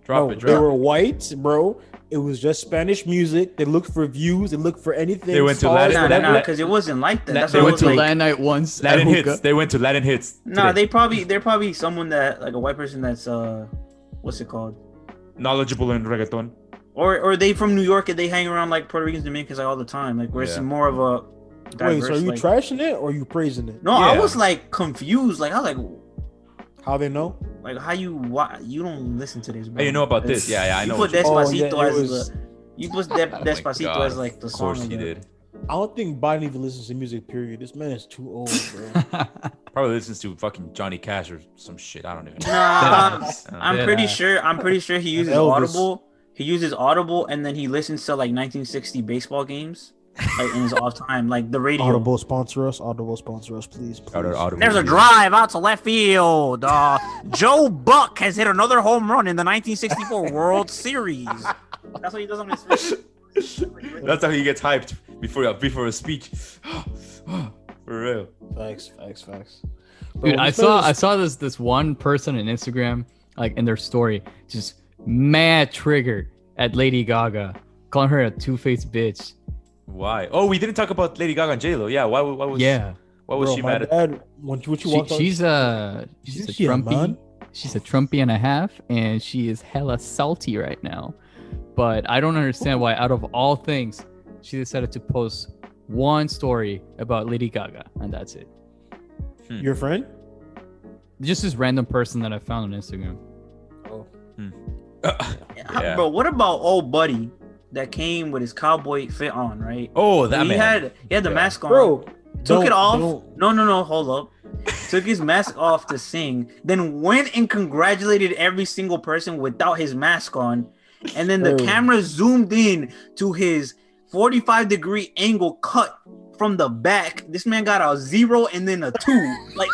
Drop No, it, they drop were white, bro. It was just Spanish music. They looked for views. They looked for anything. They went to songs. Latin- Nah, nah, that- nah, that- because it wasn't like that. La- That's they what I what went was to like. Latin night once. at Latin hookah. hits. They went to Latin hits. Nah, today. they probably they're probably someone that like a white person that's uh, what's it called? knowledgeable in reggaeton. Or or they from New York and they hang around like Puerto Ricans, Dominicans like all the time. Like where it's Yeah. more of a Wait, diverse. so are you like- trashing it or are you praising it? No, I Yeah. was like confused. Like I was like, How they know? like how you why you don't listen to this? Bro. Hey, you know about this? Yeah, yeah, I know You put what you- Oh, yeah, Despacito it as was- the you put De- (laughs) Oh my Despacito Oh God, as like the Of song. course of he the- did. I don't think Biden even listens to music. Period. This man is too old, (laughs) bro. That's Probably listens to fucking Johnny Cash or some shit. I don't even know. Nah, Uh, I'm Yeah. pretty sure. I'm pretty sure he (laughs) uses Elvis. Audible. He uses Audible, and then he listens to like 1960 baseball games, like in his off time, like the radio. Audible sponsor us. Audible sponsor us, please. please. Audible- Audible. There's a drive out to left field. Uh, Joe Buck has hit another home run in the 1964 World Series. That's what he does on his. Switch. That's how he gets hyped before uh, before a speech. (gasps) For real. Facts, facts, facts. Bro, Dude, when I you saw I first- saw this this one person on Instagram, like in their story, just mad triggered at Lady Gaga, calling her a two faced bitch. Why? Oh, we didn't talk about Lady Gaga and J Lo. Yeah. Why? Why was? Yeah, Why was bro, she my mad at? dad, when you, what you she, walked out- she's a she's Isn't a she a Trumpy. man? she's a Trumpy and a half, and she is hella salty right now. But I don't understand why, out of all things, she decided to post one story about Lady Gaga, and that's it. Hmm. your friend. Just this random person that I found on Instagram. (laughs) Yeah. Bro, what about old buddy that came with his cowboy fit on? Right. Oh, that he man. had he had the Yeah. mask on. Bro, took don't- it off. don't- No, no, no. Hold up. took his mask off to sing, then went and congratulated every single person without his mask on, and then the Bro. camera zoomed in to his 45 degree angle cut from the back. This man got a zero and then a two. like,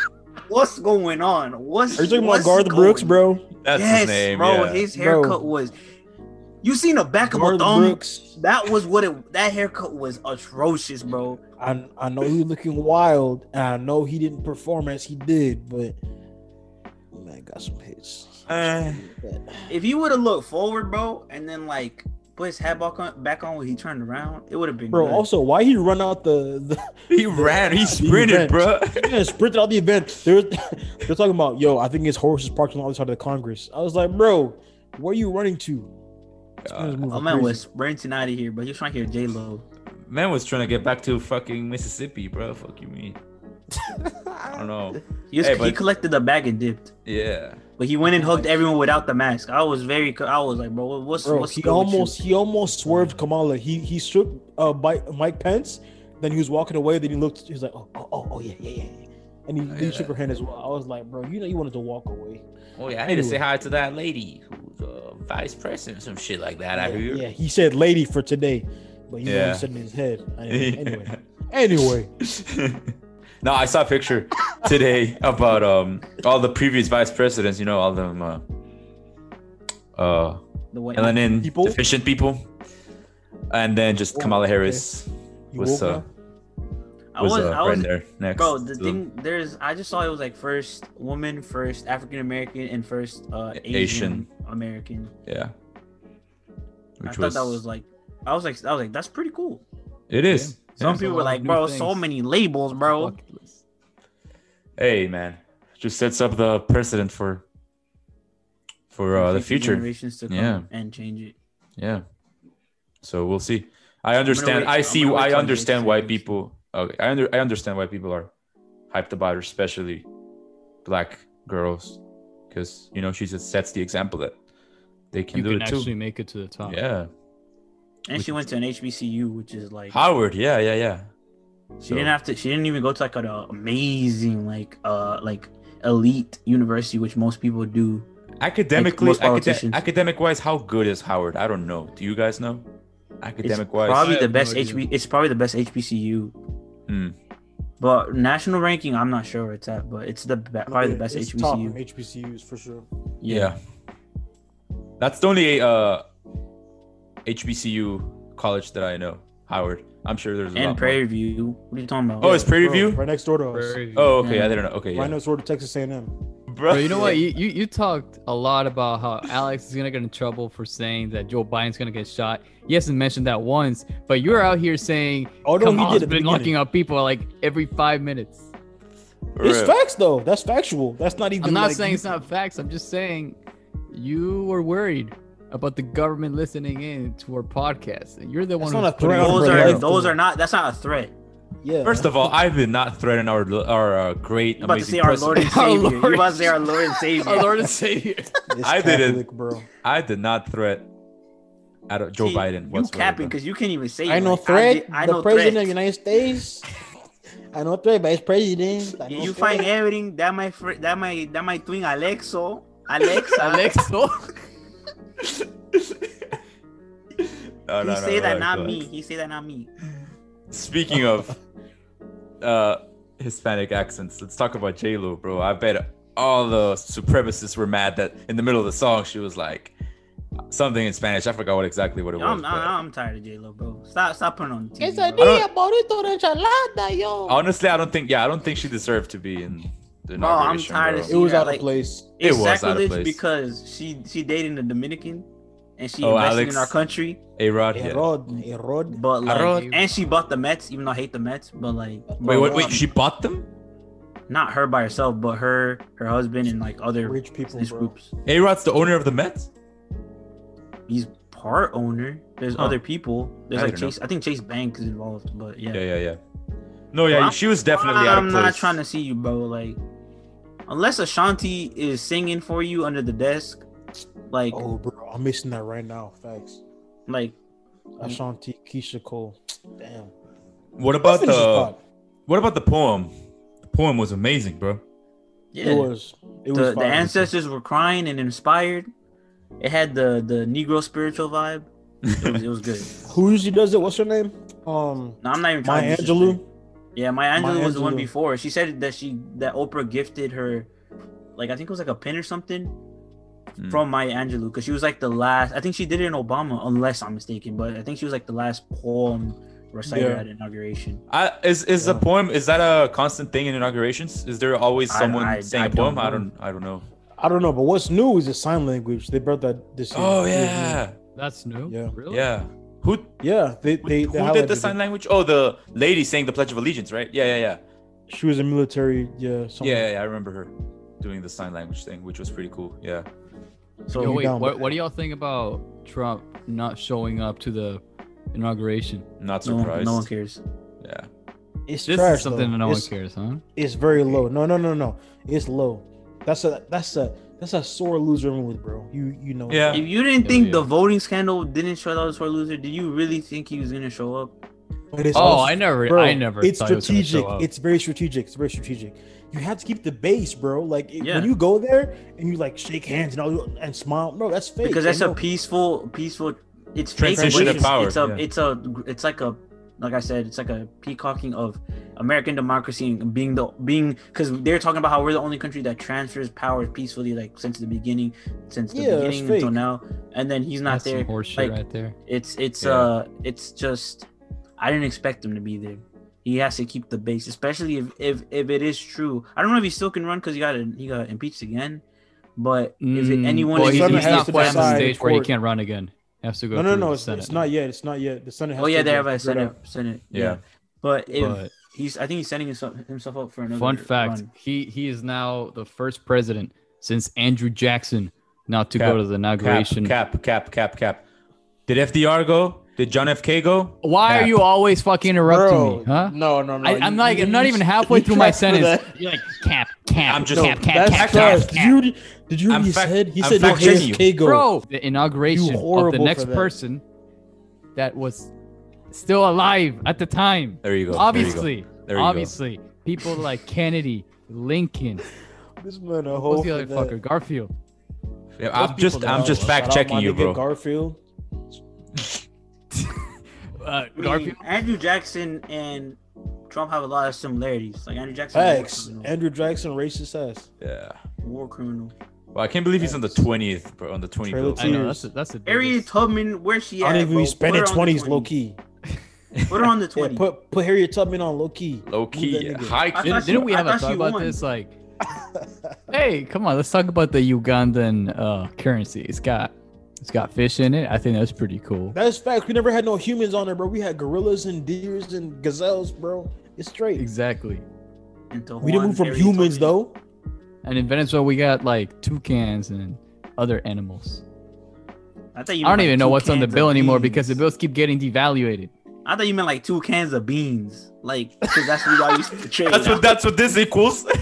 what's going on? What's Are you talking about what's Garth Brooks, going- bro? That's yes, his name. bro. yeah. His Bro. haircut was. You seen the back of a Garth thumb? Brooks. That was what it. That haircut was atrocious, bro. I I know he's looking wild, and I know he didn't perform as he did, but man, got some hits. Uh, If he would have looked forward, bro, and then like put his hat back on, back on when he turned around, it would have been Bro, good. also, why he run out the the (laughs) (laughs) he ran. He event. sprinted, bro. yeah, sprinted out the event? They're (laughs) they're talking about yo. I think his horse is parked on the other side of the Congress. I was like, bro, where are you running to? This (laughs) man is moving oh man crazy. was sprinting out of here, but he was trying to hear J Lo. Man was trying to get back to fucking Mississippi, bro. Fuck you, mean? I don't know. He, was, Hey, he but- collected the bag and dipped, Yeah. but he went and hugged everyone without the mask. I was very, co- I was like, bro, what- what's Bro, what's he good with you? almost he almost swerved Kamala. He he shook uh Bi- Mike Pence, then he was walking away. Then he looked. He was like, oh oh oh, oh yeah yeah yeah, yeah. and he, he yeah. shook her hand as well. I was like, bro, you know you wanted to walk away. Oh yeah, I need to say hi to that lady who's uh, vice president, some shit like that. I yeah, hear. (laughs) yeah, he said lady for today, but you know Yeah. he said it in his head. (laughs) Anyway, anyway, anyway, no, I saw a picture today about um all the previous vice presidents. You know, all them uh, uh The white melanin People? deficient people, and then just Oh, Kamala okay. Harris you woke was uh up. I was, was, uh, I right was, there next. bro. The to thing, there's, I just saw it was like first woman, first African American, and first uh, A- Asian Asian. American. yeah, I thought that was like, I was like, I was like, that's pretty cool. it is. Some There's a people lot were of like, new bro, things. so many labels, bro. Bucket list. Hey man, just sets up the precedent for for uh, the future. generations to come Yeah. and change it. Yeah. So we'll see. I understand. wait- I I'm see. gonna wait I till understand next why year's. people. Okay, I under, I understand why people are hyped about her, especially black girls, because you know she just sets the example that they can You do can it too. actually make it to the top. Yeah, And she went to an HBCU, which is like Howard. Yeah, yeah, yeah. she So- didn't have to. She didn't even go to like an amazing like uh like elite university, which most people do. academically, most politicians. academic wise, how good is Howard? I don't know. Do you guys know? It's Academic wise, probably I the have no best idea. HB. It's probably the best HBCU. Hmm. But national ranking, I'm not sure where it's at, but it's the be- probably the best It's HBCU. top of HBCUs for sure. yeah. That's the only uh, HBCU college that I know. Howard. I'm sure there's a lot and more. Prairie View. What are you talking about? Oh, it's Prairie Bro, View. right next door to us. Oh, okay. Yeah. I didn't know. Okay, Right yeah. next door to Texas A&M. Bro, Bro, you know what? You, you you talked a lot about how Alex is gonna get in trouble for saying that Joe Biden's gonna get shot. He hasn't mentioned that once, but you're out here saying Oh, no, he did at Kamal's the been beginning. locking up people like every five minutes. For It's real. facts though. That's factual. That's not even. I'm not like- saying it's not facts. I'm just saying you were worried about the government listening in to our podcast, and you're the That's one not who's a putting it- threat. those Bro, are like- those are not. That's not a threat. Yeah. First of (laughs) all, I did not threaten our our uh, great You about to amazing say our president. Lord and Our Savior. You Lord about to say our Lord and (laughs) Savior? our Lord and (laughs) Savior. It's I didn't. Catholic, bro. I did not threat at Joe See, Biden You whatsoever. capping because you can't even say. I it. know Like, threat. I, the know president threat. of the United States. I know threat, but it's president. I You, know you threat. find everything that my fr- that my that my twin Alexo, (laughs) Alexa, Alex, No, he no, no, say that relax, not relax. me. He say that not me. Speaking of (laughs) uh, Hispanic accents, let's talk about J Lo, bro. I bet all the supremacists were mad that in the middle of the song she was like something in Spanish. I forgot what exactly what it Yo, was. I'm, but- I'm, I'm tired of J Lo, bro. Stop stop putting on. the TV, I bro. don't- Honestly, I don't think. Yeah, I don't think she deserved to be in the Bro, I'm inauguration. tired bro. of It was Yeah, out like- of place. It It's was out of sacrilege place. because she she dating a Dominican, and she Oh, invested Alex. in our country. A Rod. Yeah. Erod, Erod. But like, Arroz. and she bought the Mets, even though I hate the Mets. But like, Wait, bro, wait, wait. She bought them. not her by herself, but her her husband and like other Rich people, business bro. groups. A Rod's the owner of the Mets. He's part owner. There's Huh. other people. There's I like didn't know. Chase. I think Chase Bank is involved, but yeah. Yeah, yeah, yeah. No, yeah, Well, she was definitely out of I'm place. not trying to see you, bro. Like, unless Ashanti is singing for you under the desk, like, Oh, bro, I'm missing that right now. Facts. like Ashanti, Keisha Cole. Damn. What about Finish this the thought. What about the poem? The poem was amazing, bro. yeah. It was. It was the, the fire. ancestors were crying and inspired. It had the the Negro spiritual vibe. It was, it (laughs) was good. Who usually does it? What's her name? Um, No, I'm not even trying. Maya to disrespect. Angelou. Yeah, Maya Angelou Maya was the one Angelou. before. She said that she that Oprah gifted her, like I think it was like a pin or something, Mm. from Maya Angelou because she was like the last. I think she did it in Obama, unless I'm mistaken. But I think she was like the last poem reciter Yeah. at inauguration. I, is is the Yeah. poem is that a constant thing in inaugurations? Is there always I- someone I- saying I a poem? don't I don't I don't know. I don't know, but what's new is the sign language. They brought that this year. Oh It was yeah, That's new. Yeah. yeah. Really? Who new. yeah. They who, they, they who did the highlighted sign it. language? Oh, the lady saying the Pledge of Allegiance, right? Yeah, yeah, yeah, She was a military. Yeah, something. yeah, yeah, yeah. I remember her doing the sign language thing, which was pretty cool. Yeah. So Yo, you wait, down what, bad. what do y'all think about Trump not showing up to the inauguration? Not no one, surprised. no one cares. Yeah. It's This trash. is something though. that no it's, one cares, huh? It's very low. No, no, no, no. It's low. That's a that's a that's a sore loser move, bro. You you know. Yeah. If you didn't Hell think the yeah. voting scandal didn't show that was for a loser, did you really think he was gonna show up? But it's Oh, also- I never, bro, I never. It's thought he was gonna strategic. show up. It's very strategic. It's very strategic. You have to keep the base, bro. Like it- Yeah. when you go there and you like shake hands and all and smile, bro. That's fake. because that's I a know. peaceful peaceful it's fake, but Transition of it's- power, it's a yeah. it's a it's like a like i said it's like a peacocking of american democracy and being the being because they're talking about how we're the only country that transfers power peacefully like since the beginning since the Yeah, that's beginning until fake. now and then he's That's not there Some horseshit like, right there. it's it's Yeah. uh it's just i didn't expect him to be there he has to keep the base especially if if, if it is true i don't know if he still can run because he got he got impeached again but if it, Mm, anyone well, is he's, Senate he's has not to quite at the decide stage in where he court. can't run again. He has to go no, no, through no. the It's, Senate. it's not yet. It's not yet. The Senate. Has Oh yeah, to they have figure a it Senate. out. Senate. Yeah. Yeah. But if But he's, I think he's setting himself, himself up for another fun fact, run. he he is now the first president since Andrew Jackson not to Cap, go to the Cap, inauguration. cap, cap, cap, cap. Did FDR go? Did John F. K go? Why Cap. are you always fucking interrupting Bro, me, huh? No, no, no. I, You- I'm not. you- I'm not you- even halfway you through my tried for sentence. that. You're like cap, cap, I'm just- cap, No, cap, That's cap, trash. cap, Did you, did you hear I'm what he fact- said? He I'm said no fact-checking you. JFK go. bro. The inauguration of the horrible next for that. person that was still alive at the time. There you go. there you go. Obviously, There you go. obviously, people like Kennedy, Lincoln, This man a who's whole. the other fucker, Garfield. Yeah, Those I'm just, people I'm know. just fact checking you, bro. Garfield. Uh, I mean, Garfield. Andrew Jackson and Trump have a lot of similarities. Like Andrew Jackson, war Facts. criminal, Andrew Jackson, racist ass. Yeah. war criminal. Well, I can't believe he's on the 20th, bro. On the 20th. Trailer bill. I know that's a, that's a Harriet Tubman, where she I at? don't even bro? be spending Put her on the twenties, low key. Put her on (laughs) the Yeah, twenty. put put Harriet Tubman on low key. Low key, nigga. high I key. Didn't, thought didn't she- we I have a thought talk she about won. this? (laughs) Like, hey, come on, let's talk about the Ugandan uh, currency. It's got it's got fish in it. I think that's pretty cool. That's facts. We never had no humans on there, bro. We had gorillas and deers and gazelles, bro. It's straight. Exactly. Into We didn't Juan move from Harriet humans Tubman. though. And in Venezuela, we got like toucans and other animals. I, thought you I don't meant, like, even know two what's on the cans of bill anymore because the beans. bills keep getting devaluated. I thought you meant like two cans of beans, like because that's what I used to trade. That's what that's what this equals. That's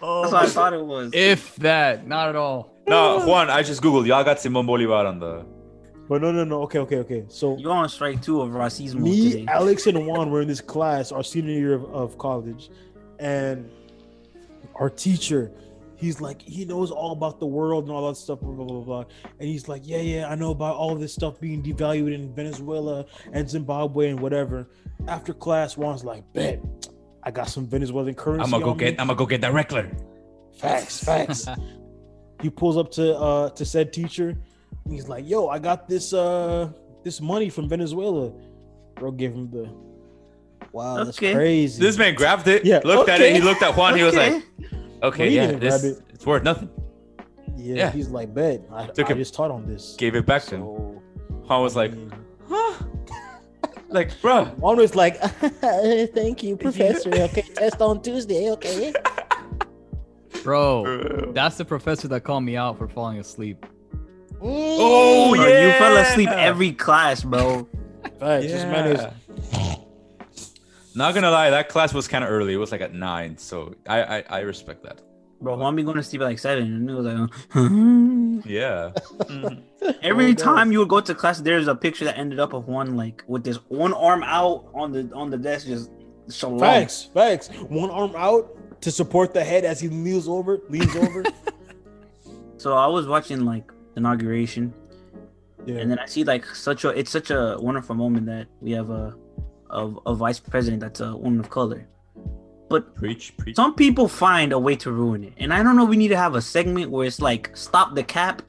what I thought it was. If that, not at all. (laughs) no, Juan, I just googled. Y'all got Simon Bolivar on the. But Oh, no, no, no. Okay, okay, okay. So You're on strike two of racismo me, today. Alex, and Juan were in this class our senior year of, of college, and our teacher, he's like, he knows all about the world and all that stuff, blah blah blah blah. And he's like, yeah, yeah, I know about all this stuff being devalued in Venezuela and Zimbabwe and whatever. After class, Juan's like, bet. I got some Venezuelan currency. I'm gonna go on me." get. I'm gonna go get that Reckler. Facts, (laughs) facts. he pulls up to uh to said teacher. And he's like, "Yo, I got this uh this money from Venezuela." Bro, give him the. Wow, that's Okay. crazy. This man grabbed it. Yeah, Looked at it. okay. He looked at Juan. He was Okay. like, "Okay, Well, he yeah, didn't this grab it's worth nothing." yeah, yeah. he's like, "Bet, I, Took I him. just taught on this." Gave it back to him. So, Juan was like, I mean, "Like, bruh, Juan was like, (laughs) "Thank you, professor. Okay, test on Tuesday. Okay." Bro, bruh." that's the professor that called me out for falling asleep. (laughs) Oh Bro, yeah, you fell asleep every class, bro. Facts. This man is. Yeah. Not gonna lie, that class was kind of early. It was like at nine, so I I, I respect that. Bro, Juan be going to sleep at like (laughs) seven, and it was like Yeah, every Oh, God. time you would go to class, there's a picture that ended up of Juan like with this one arm out on the on the desk, just shalom. Facts, facts. One arm out to support the head as he leans over, leans (laughs) over. So I was watching like the inauguration, Yeah. and then I see like such a it's such a wonderful moment that we have a a, a vice president that's a woman of color. But preach, preach. some people find a way to ruin it, and I don't know. We need to have a segment where it's like stop the (laughs) cap,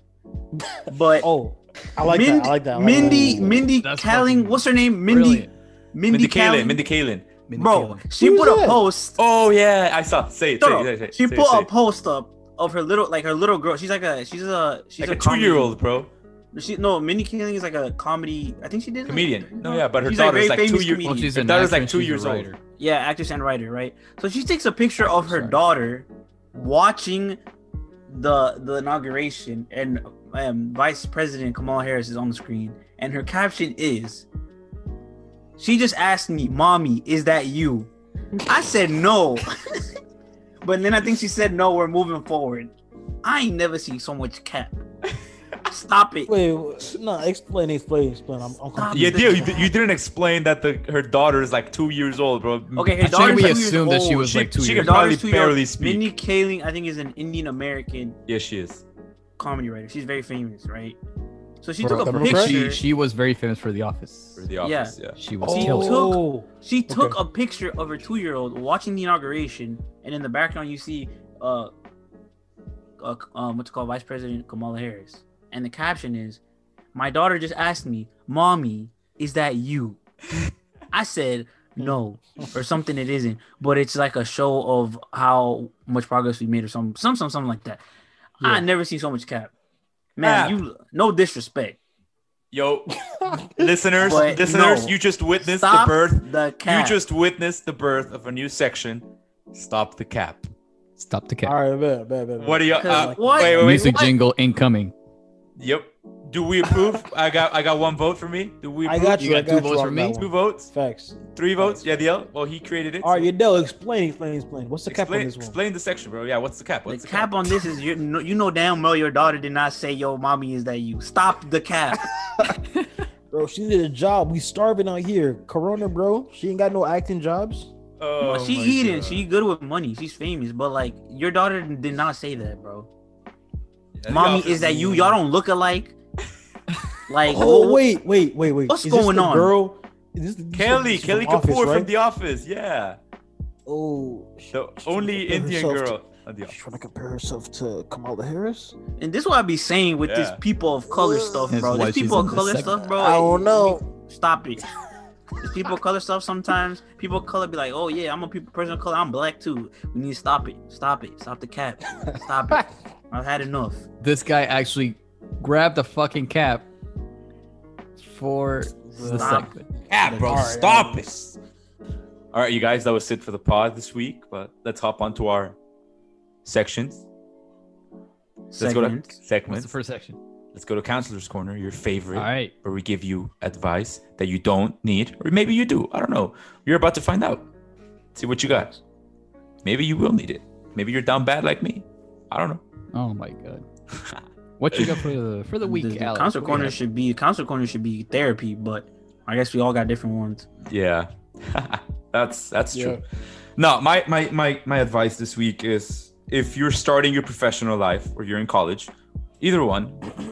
but Oh, I like Mind- that. I like that. I like Mindy, that. Mindy That's Kaling, fucking what's her name? Mindy, Brilliant. Mindy, Mindy Kaling, Kaling. Mindy Kaling. Bro, she Who put is a that? post. Oh yeah, I saw. Say it. Say Shut it, up. say it, say it, she say it, put say a it. post up of her little, like her little girl. She's like a, she's a, she's like a, a two-year-old, bro. comedy- She no, Mindy Kaling is like a comedy. I think she did like- Comedian. No, yeah, but her She's daughter is very like two oh, famous years. comedian. Well, she's Her an daughter's like actress, two she's a years old. writer. yeah, actress and writer, right? So she takes a picture of her Oh, Sorry. daughter watching the the inauguration, and um, Vice President Kamala Harris is on the screen, and her caption is, "She just asked me, mommy, is that you?" I said no, (laughs) but then I think she said no. We're moving forward. I ain't never seen so much cap. Stop it. Wait, wait, no, explain, explain, explain. I'm, I'm confused. Yeah, deal. You, you didn't explain that the her daughter is like two years old, bro. Okay, I her think daughter's oh, we two years assumed that she old. was She- like two she Her years could- old. daughter's barely- two years old. barely speak. Mindy Kaling, I think, is an Indian American. Yeah, she is. comedy writer. She's very famous, right? So she Bro, took a Democrat? picture. She, She, she was very famous for The Office. For the office. Yeah. She was She killed. took- Oh, took a picture of her two-year-old watching the inauguration, and in the background you see uh, uh um, what's it called Vice President Kamala Harris, and the caption is, "My daughter just asked me, mommy, is that you?" I said. No, or something it isn't, but it's like a show of how much progress we made, or some, some, some, something like that. I Yeah. never seen so much cap, man. Ah. You no disrespect, (laughs) Yo, listeners, But listeners, no. you just witnessed Stop the birth. the cap. You just witnessed the birth of a new section. Stop the cap. Stop the all cat. right, bet, bet, bet. What are you? Uh, Cause what? Wait, wait, wait. Music what? jingle incoming. Yep. Do we approve? I got, I got one vote for me. Do we? I Approve? got You you. got I got two you votes on for that me? one. two votes, Facts. three votes. Yeah, deal. Well, he created it. All right, so- Yadel, explain, explain, explain. What's the cap on explain, this one? explain the section, bro. Yeah, what's the cap? the What's cap on this is you know, you know damn well your daughter did not say yo mommy is that you stop (laughs) the cap Bro, she needed a job. We starving out here. Corona, bro. She ain't got no acting jobs. Oh, she my eating God. she good with money she's famous but like your daughter did not say that bro Yeah, the mommy office. is that you y'all don't (laughs) look alike like Oh wh- wait, wait, wait, wait. What's Is this going the on? girl? Is this, this Kelly, is from Kelly Office, Kapoor from right? The Office. Yeah, Oh, she- the she's trying to only compare Indian herself girl. on The To, Office. she's trying to compare herself to Kamala Harris. and this is what i be saying with this Yeah. people of color stuff That's bro why this she's people in of the color second- stuff (laughs) bro I don't know. stop it There's people of color stuff sometimes. People of color be like, oh yeah, I'm a people, person of color. I'm black too. We need to stop it. Stop it. Stop the cap. (laughs) Stop it. I've had enough. This guy actually grabbed the fucking cap for the Stop. segment. Yeah, bro, All right, stop it. All right, you guys, that was it for the pod this week, but let's hop on to our sections. Let's go to Segments. What's segments. the first section? Let's go to Counselor's Corner, your favorite, All right. where we give you advice that you don't need, or maybe you do. I don't know. You're about to find out. See what you got. Maybe you will need it. Maybe you're down bad like me. I don't know. Oh my (laughs) god. What you got for the for the The, week, the Alex? council What we corner have? should be council corner should be therapy, but I guess we all got different ones. Yeah, (laughs) that's that's Yeah. true. No, my, my my my advice this week is if you're starting your professional life or you're in college, either one,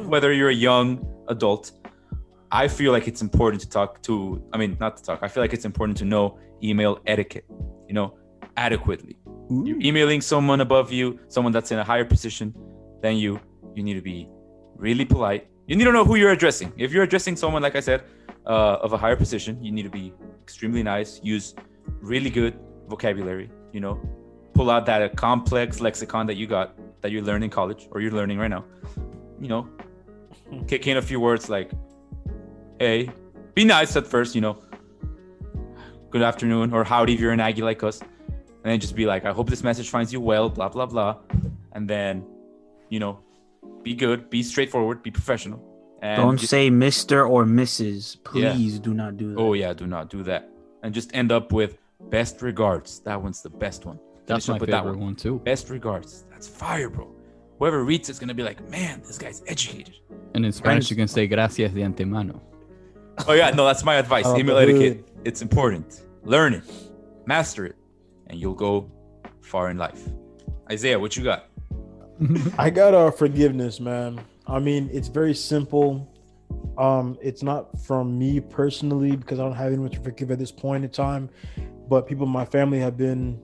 whether you're a young adult, I feel like it's important to talk to. I mean, not to talk. I feel like it's important to know email etiquette. You know, adequately. You're emailing someone above you, someone that's in a higher position than you. You need to be really polite. You need to know who you're addressing. If you're addressing someone, like I said, uh, of a higher position, you need to be extremely nice. Use really good vocabulary. You know, pull out that uh, complex lexicon that you got that you learned in college or you're learning right now. You know, kick in a few words like, "Hey, be nice at first. You know, good afternoon or howdy if you're an Aggie like us." and then just be like, I hope this message finds you well, blah blah blah, and then, you know, be good, be straightforward, be professional. And Don't just- say Mister or Mrs. Yeah. Please do not do that. oh yeah, do not do that, and just end up with best regards. That one's the best one. That's Finish up my with favorite one. too. Best regards. That's fire, bro. Whoever reads it's gonna be like, man, this guy's educated. And in Spanish, Friends- you can say gracias de antemano. oh yeah, no, that's my advice. Oh, Email good. etiquette. It's important. Learn it, master it, and you'll go far in life. Isaiah, what you got? I got uh forgiveness, man. I mean, it's very simple. Um, it's not from me personally because I don't have anyone to forgive at this point in time, but people in my family have been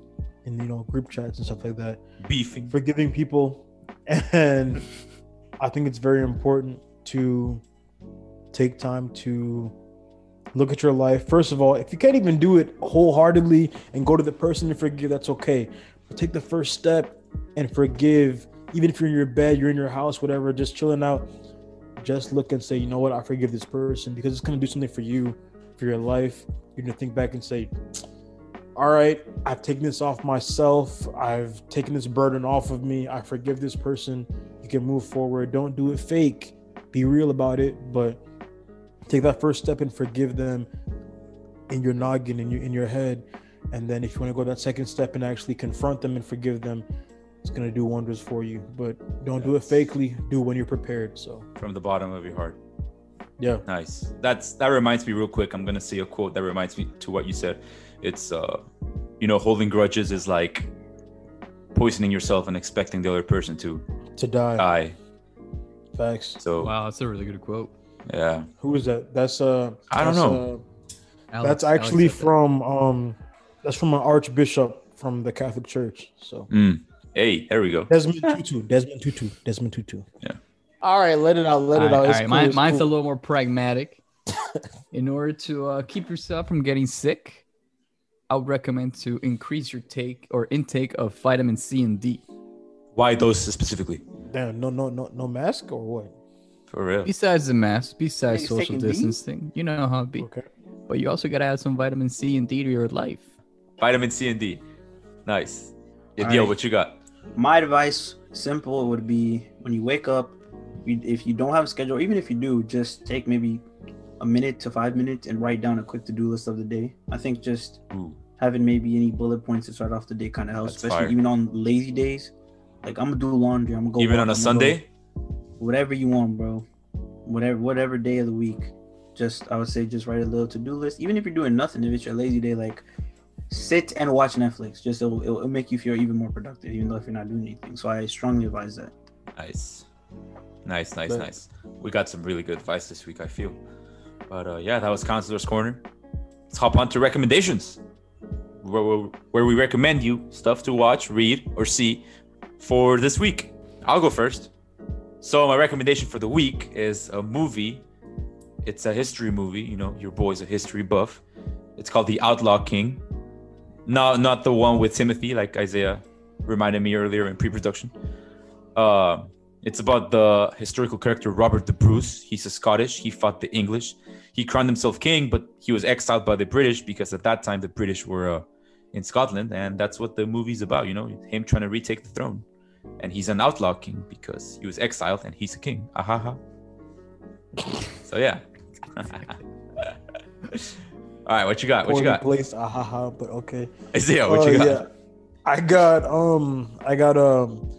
in you know group chats and stuff like that, Beefing. forgiving people, and I think it's very important to take time to look at your life. First of all, if you can't even do it wholeheartedly and go to the person to forgive, that's okay. But take the first step and forgive. Even if you're in your bed, you're in your house, whatever, just chilling out. Just look and say, you know what, I forgive this person because it's gonna do something for you, for your life. You're gonna think back and say, All right, I've taken this off myself. I've taken this burden off of me. I forgive this person. You can move forward. Don't do it fake. Be real about it, but take that first step and forgive them in your noggin in your in your head and then if you want to go that second step and actually confront them and forgive them it's going to do wonders for you but don't do it fakely do it when you're prepared so from the bottom of your heart. yeah Nice. That's that reminds me real quick. I'm gonna say a quote that reminds me to what you said. It's uh, you know, holding grudges is like poisoning yourself and expecting the other person to to die die. facts So Wow, that's a really good quote. yeah, who is that that's uh I don't that's, know. uh, Alex- that's actually Alex said that. from um that's from an archbishop from the catholic church so Mm. hey, there we go. desmond tutu desmond tutu desmond tutu Yeah. all right let it out let All it right, out all It's right. cool, Mine, it's mine's cool. a little more (laughs) pragmatic. In order to uh, keep yourself from getting sick, I would recommend to increase your take or intake of vitamin C and D. Why those specifically? damn no no no no mask or what For real. Besides the mask, besides Nigga social taking D? distancing, you know how it be. okay But you also gotta add some vitamin C and D to your life. Vitamin C and D. Nice. Yeah, All Dio, right. what you got? my advice simple would be when you wake up you, if you don't have a schedule even if you do just take maybe a minute to five minutes and write down a quick to-do list of the day i think just Ooh, having maybe any bullet points to start off the day kind of helps That's especially fire. even on lazy days like i'm gonna do laundry i'm gonna go even on walk, a I'm gonna go- Sunday. whatever you want bro whatever whatever day of the week just i would say just write a little to-do list even if you're doing nothing if it's your lazy day like sit and watch netflix just it'll, it'll, it'll make you feel even more productive even though if you're not doing anything so i strongly advise that Nice. Nice, nice, But- nice. We got some really good advice this week, I feel. But uh, yeah, that was Counselor's Corner. Let's hop on to recommendations, where, where, where we recommend you stuff to watch, read, or see for this week. I'll go first. So, my recommendation for the week is a movie. It's a history movie. You know, your boy's a history buff. It's called The Outlaw King. No, not the one with Timothy, like Isaiah reminded me earlier in pre-production. Uh, it's about the historical character Robert the Bruce. He's a Scottish. He fought the English. He crowned himself king, but he was exiled by the British because at that time the British were uh, in Scotland, and that's what the movie's about. You know, him trying to retake the throne, and he's an outlaw king because he was exiled and he's a king. Ahaha. So yeah. (laughs) All right, what you got? What you Poorly got? placed, ahaha, but okay. Isaiah, what you Uh, got? I got um I got um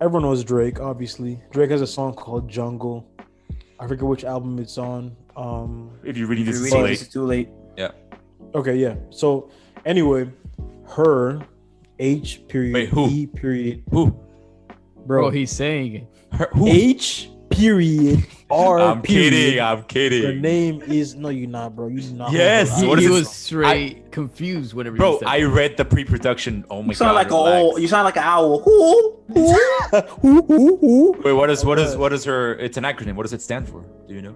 everyone knows Drake, obviously. Drake has a song called Jungle. I forget which album it's on. Um If you're reading If this, you're it's reading late. this, it's too late. okay, yeah. So anyway, her H period Wait, who? E period Who? bro, Bro, he's saying it. Her- who? H period R (laughs) I'm period. kidding. I'm Your kidding. name is no you not bro. You not Yes, bro. He, what he is was this? straight confused whenever Bro, he said I read the pre-production. Oh my You sound god. like a relax. old, you sound like an owl. Ooh, ooh. (laughs) Ooh, ooh, ooh. Wait, what is what is what is her? It's an acronym. What does it stand for? Do you know?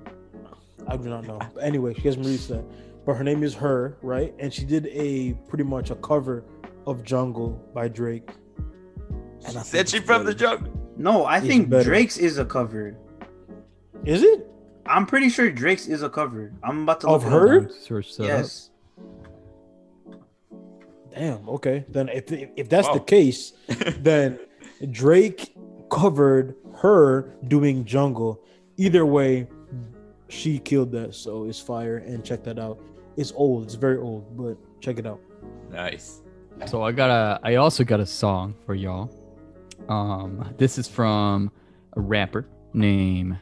I do not know. But anyway, she hasn't released that. But her name is Her, right? And she did a pretty much a cover of Jungle by Drake. And I think Said she it's from the better. jungle. No, I It's think better. Drake's is a cover. Is it? I'm pretty sure Drake's is a cover. I'm about to Of look it up. her? Don't Search that up. Yes. Damn. Okay. Then if if, if that's the Wow. (laughs) case, then Drake covered her doing Jungle. Either way, she killed that. So it's fire. And check that out. It's old. It's very old, but check it out. Nice. So I got a. I also got a song for y'all. Um, this is from a rapper named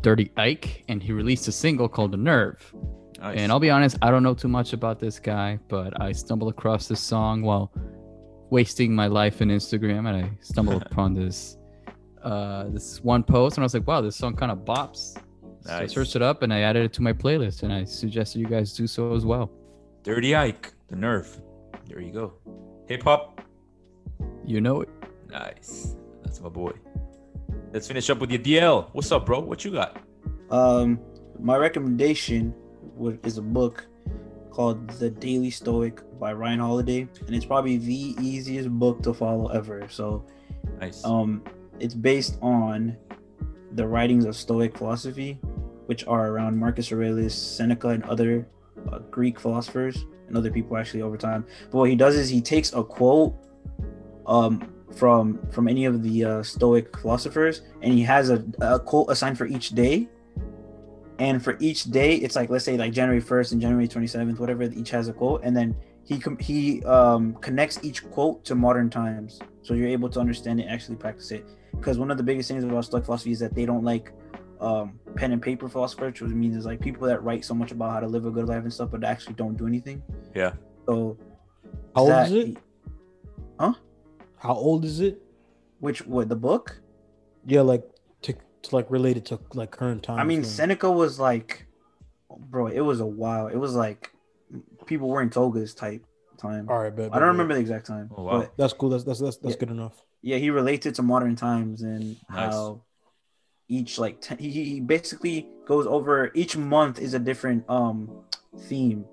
Dirty Ike, and he released a single called "The Nerve." Nice. And I'll be honest, I don't know too much about this guy, but I stumbled across this song while wasting my life in Instagram, and I (laughs) stumbled upon this uh, this one post, and I was like, "Wow, this song kind of bops." So I Nice. searched it up, and I added it to my playlist, and I suggested you guys do so as well. Dirty Ike, the nerve. There you go. Hip hop. You know it. Nice. That's my boy. Let's finish up with your DL. What's up, bro? What you got? Um, my recommendation would, is a book called The Daily Stoic by Ryan Holiday, and it's probably the easiest book to follow ever. So, Nice. um, it's based on the writings of Stoic philosophy, which are around Marcus Aurelius, Seneca, and other uh, Greek philosophers and other people actually over time. But what he does is he takes a quote um, from from any of the uh, Stoic philosophers, and he has a, a quote assigned for each day. And for each day, it's like let's say like January first and January twenty seventh, whatever. Each has a quote, and then he com- he um, connects each quote to modern times, so you're able to understand it, and actually practice it. Because one of the biggest things about Stoic philosophy is that they don't like um, pen and paper philosophers, which means it's like people that write so much about how to live a good life and stuff, but actually don't do anything. Yeah. So How old that- is it? How old is it? Which what the book? Yeah, like to, to like related to like current time. I mean, Seneca was like, bro, it was a while. It was like people wearing togas type time. all right, but I don't remember the exact time. Oh, wow. But That's cool. That's that's that's, that's Yeah. good enough. yeah, he relates it to modern times and Nice. how each like t- he, he basically goes over each month is a different um theme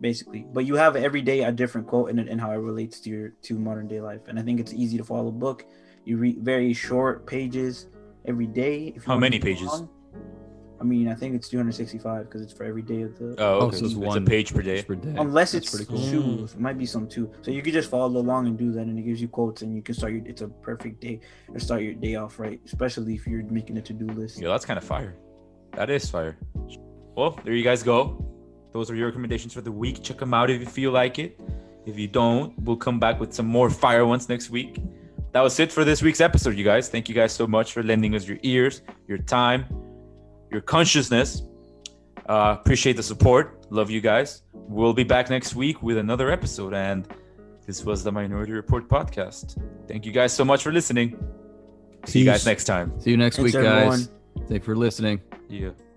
basically but you have every day a different quote and and how it relates to your to modern day life and i think it's easy to follow book you read very short pages every day if you How wanna many read pages? long. i mean i think it's 265 because it's for every day of the Oh, Oh, okay. so it's it's one a page per day. It's for day. unless That's it's pretty cool. two Mm. it might be some two so you could just follow along and do that and it gives you quotes and you can start your it's a perfect day to start your day off right especially if you're making a to-do list Yo, that's kind of fire. That is fire. Well, there you guys go. Those are your recommendations for the week. Check them out if you feel like it. If you don't, we'll come back with some more fire ones next week. That was it for this week's episode, you guys. Thank you guys so much for lending us your ears, your time, your consciousness. Uh, appreciate the support. Love you guys. We'll be back next week with another episode. And this was the Minority Report podcast. Thank you guys so much for listening. See you guys Peace. next time. See you next Thanks, week, guys. everyone. Thanks for listening. Yeah.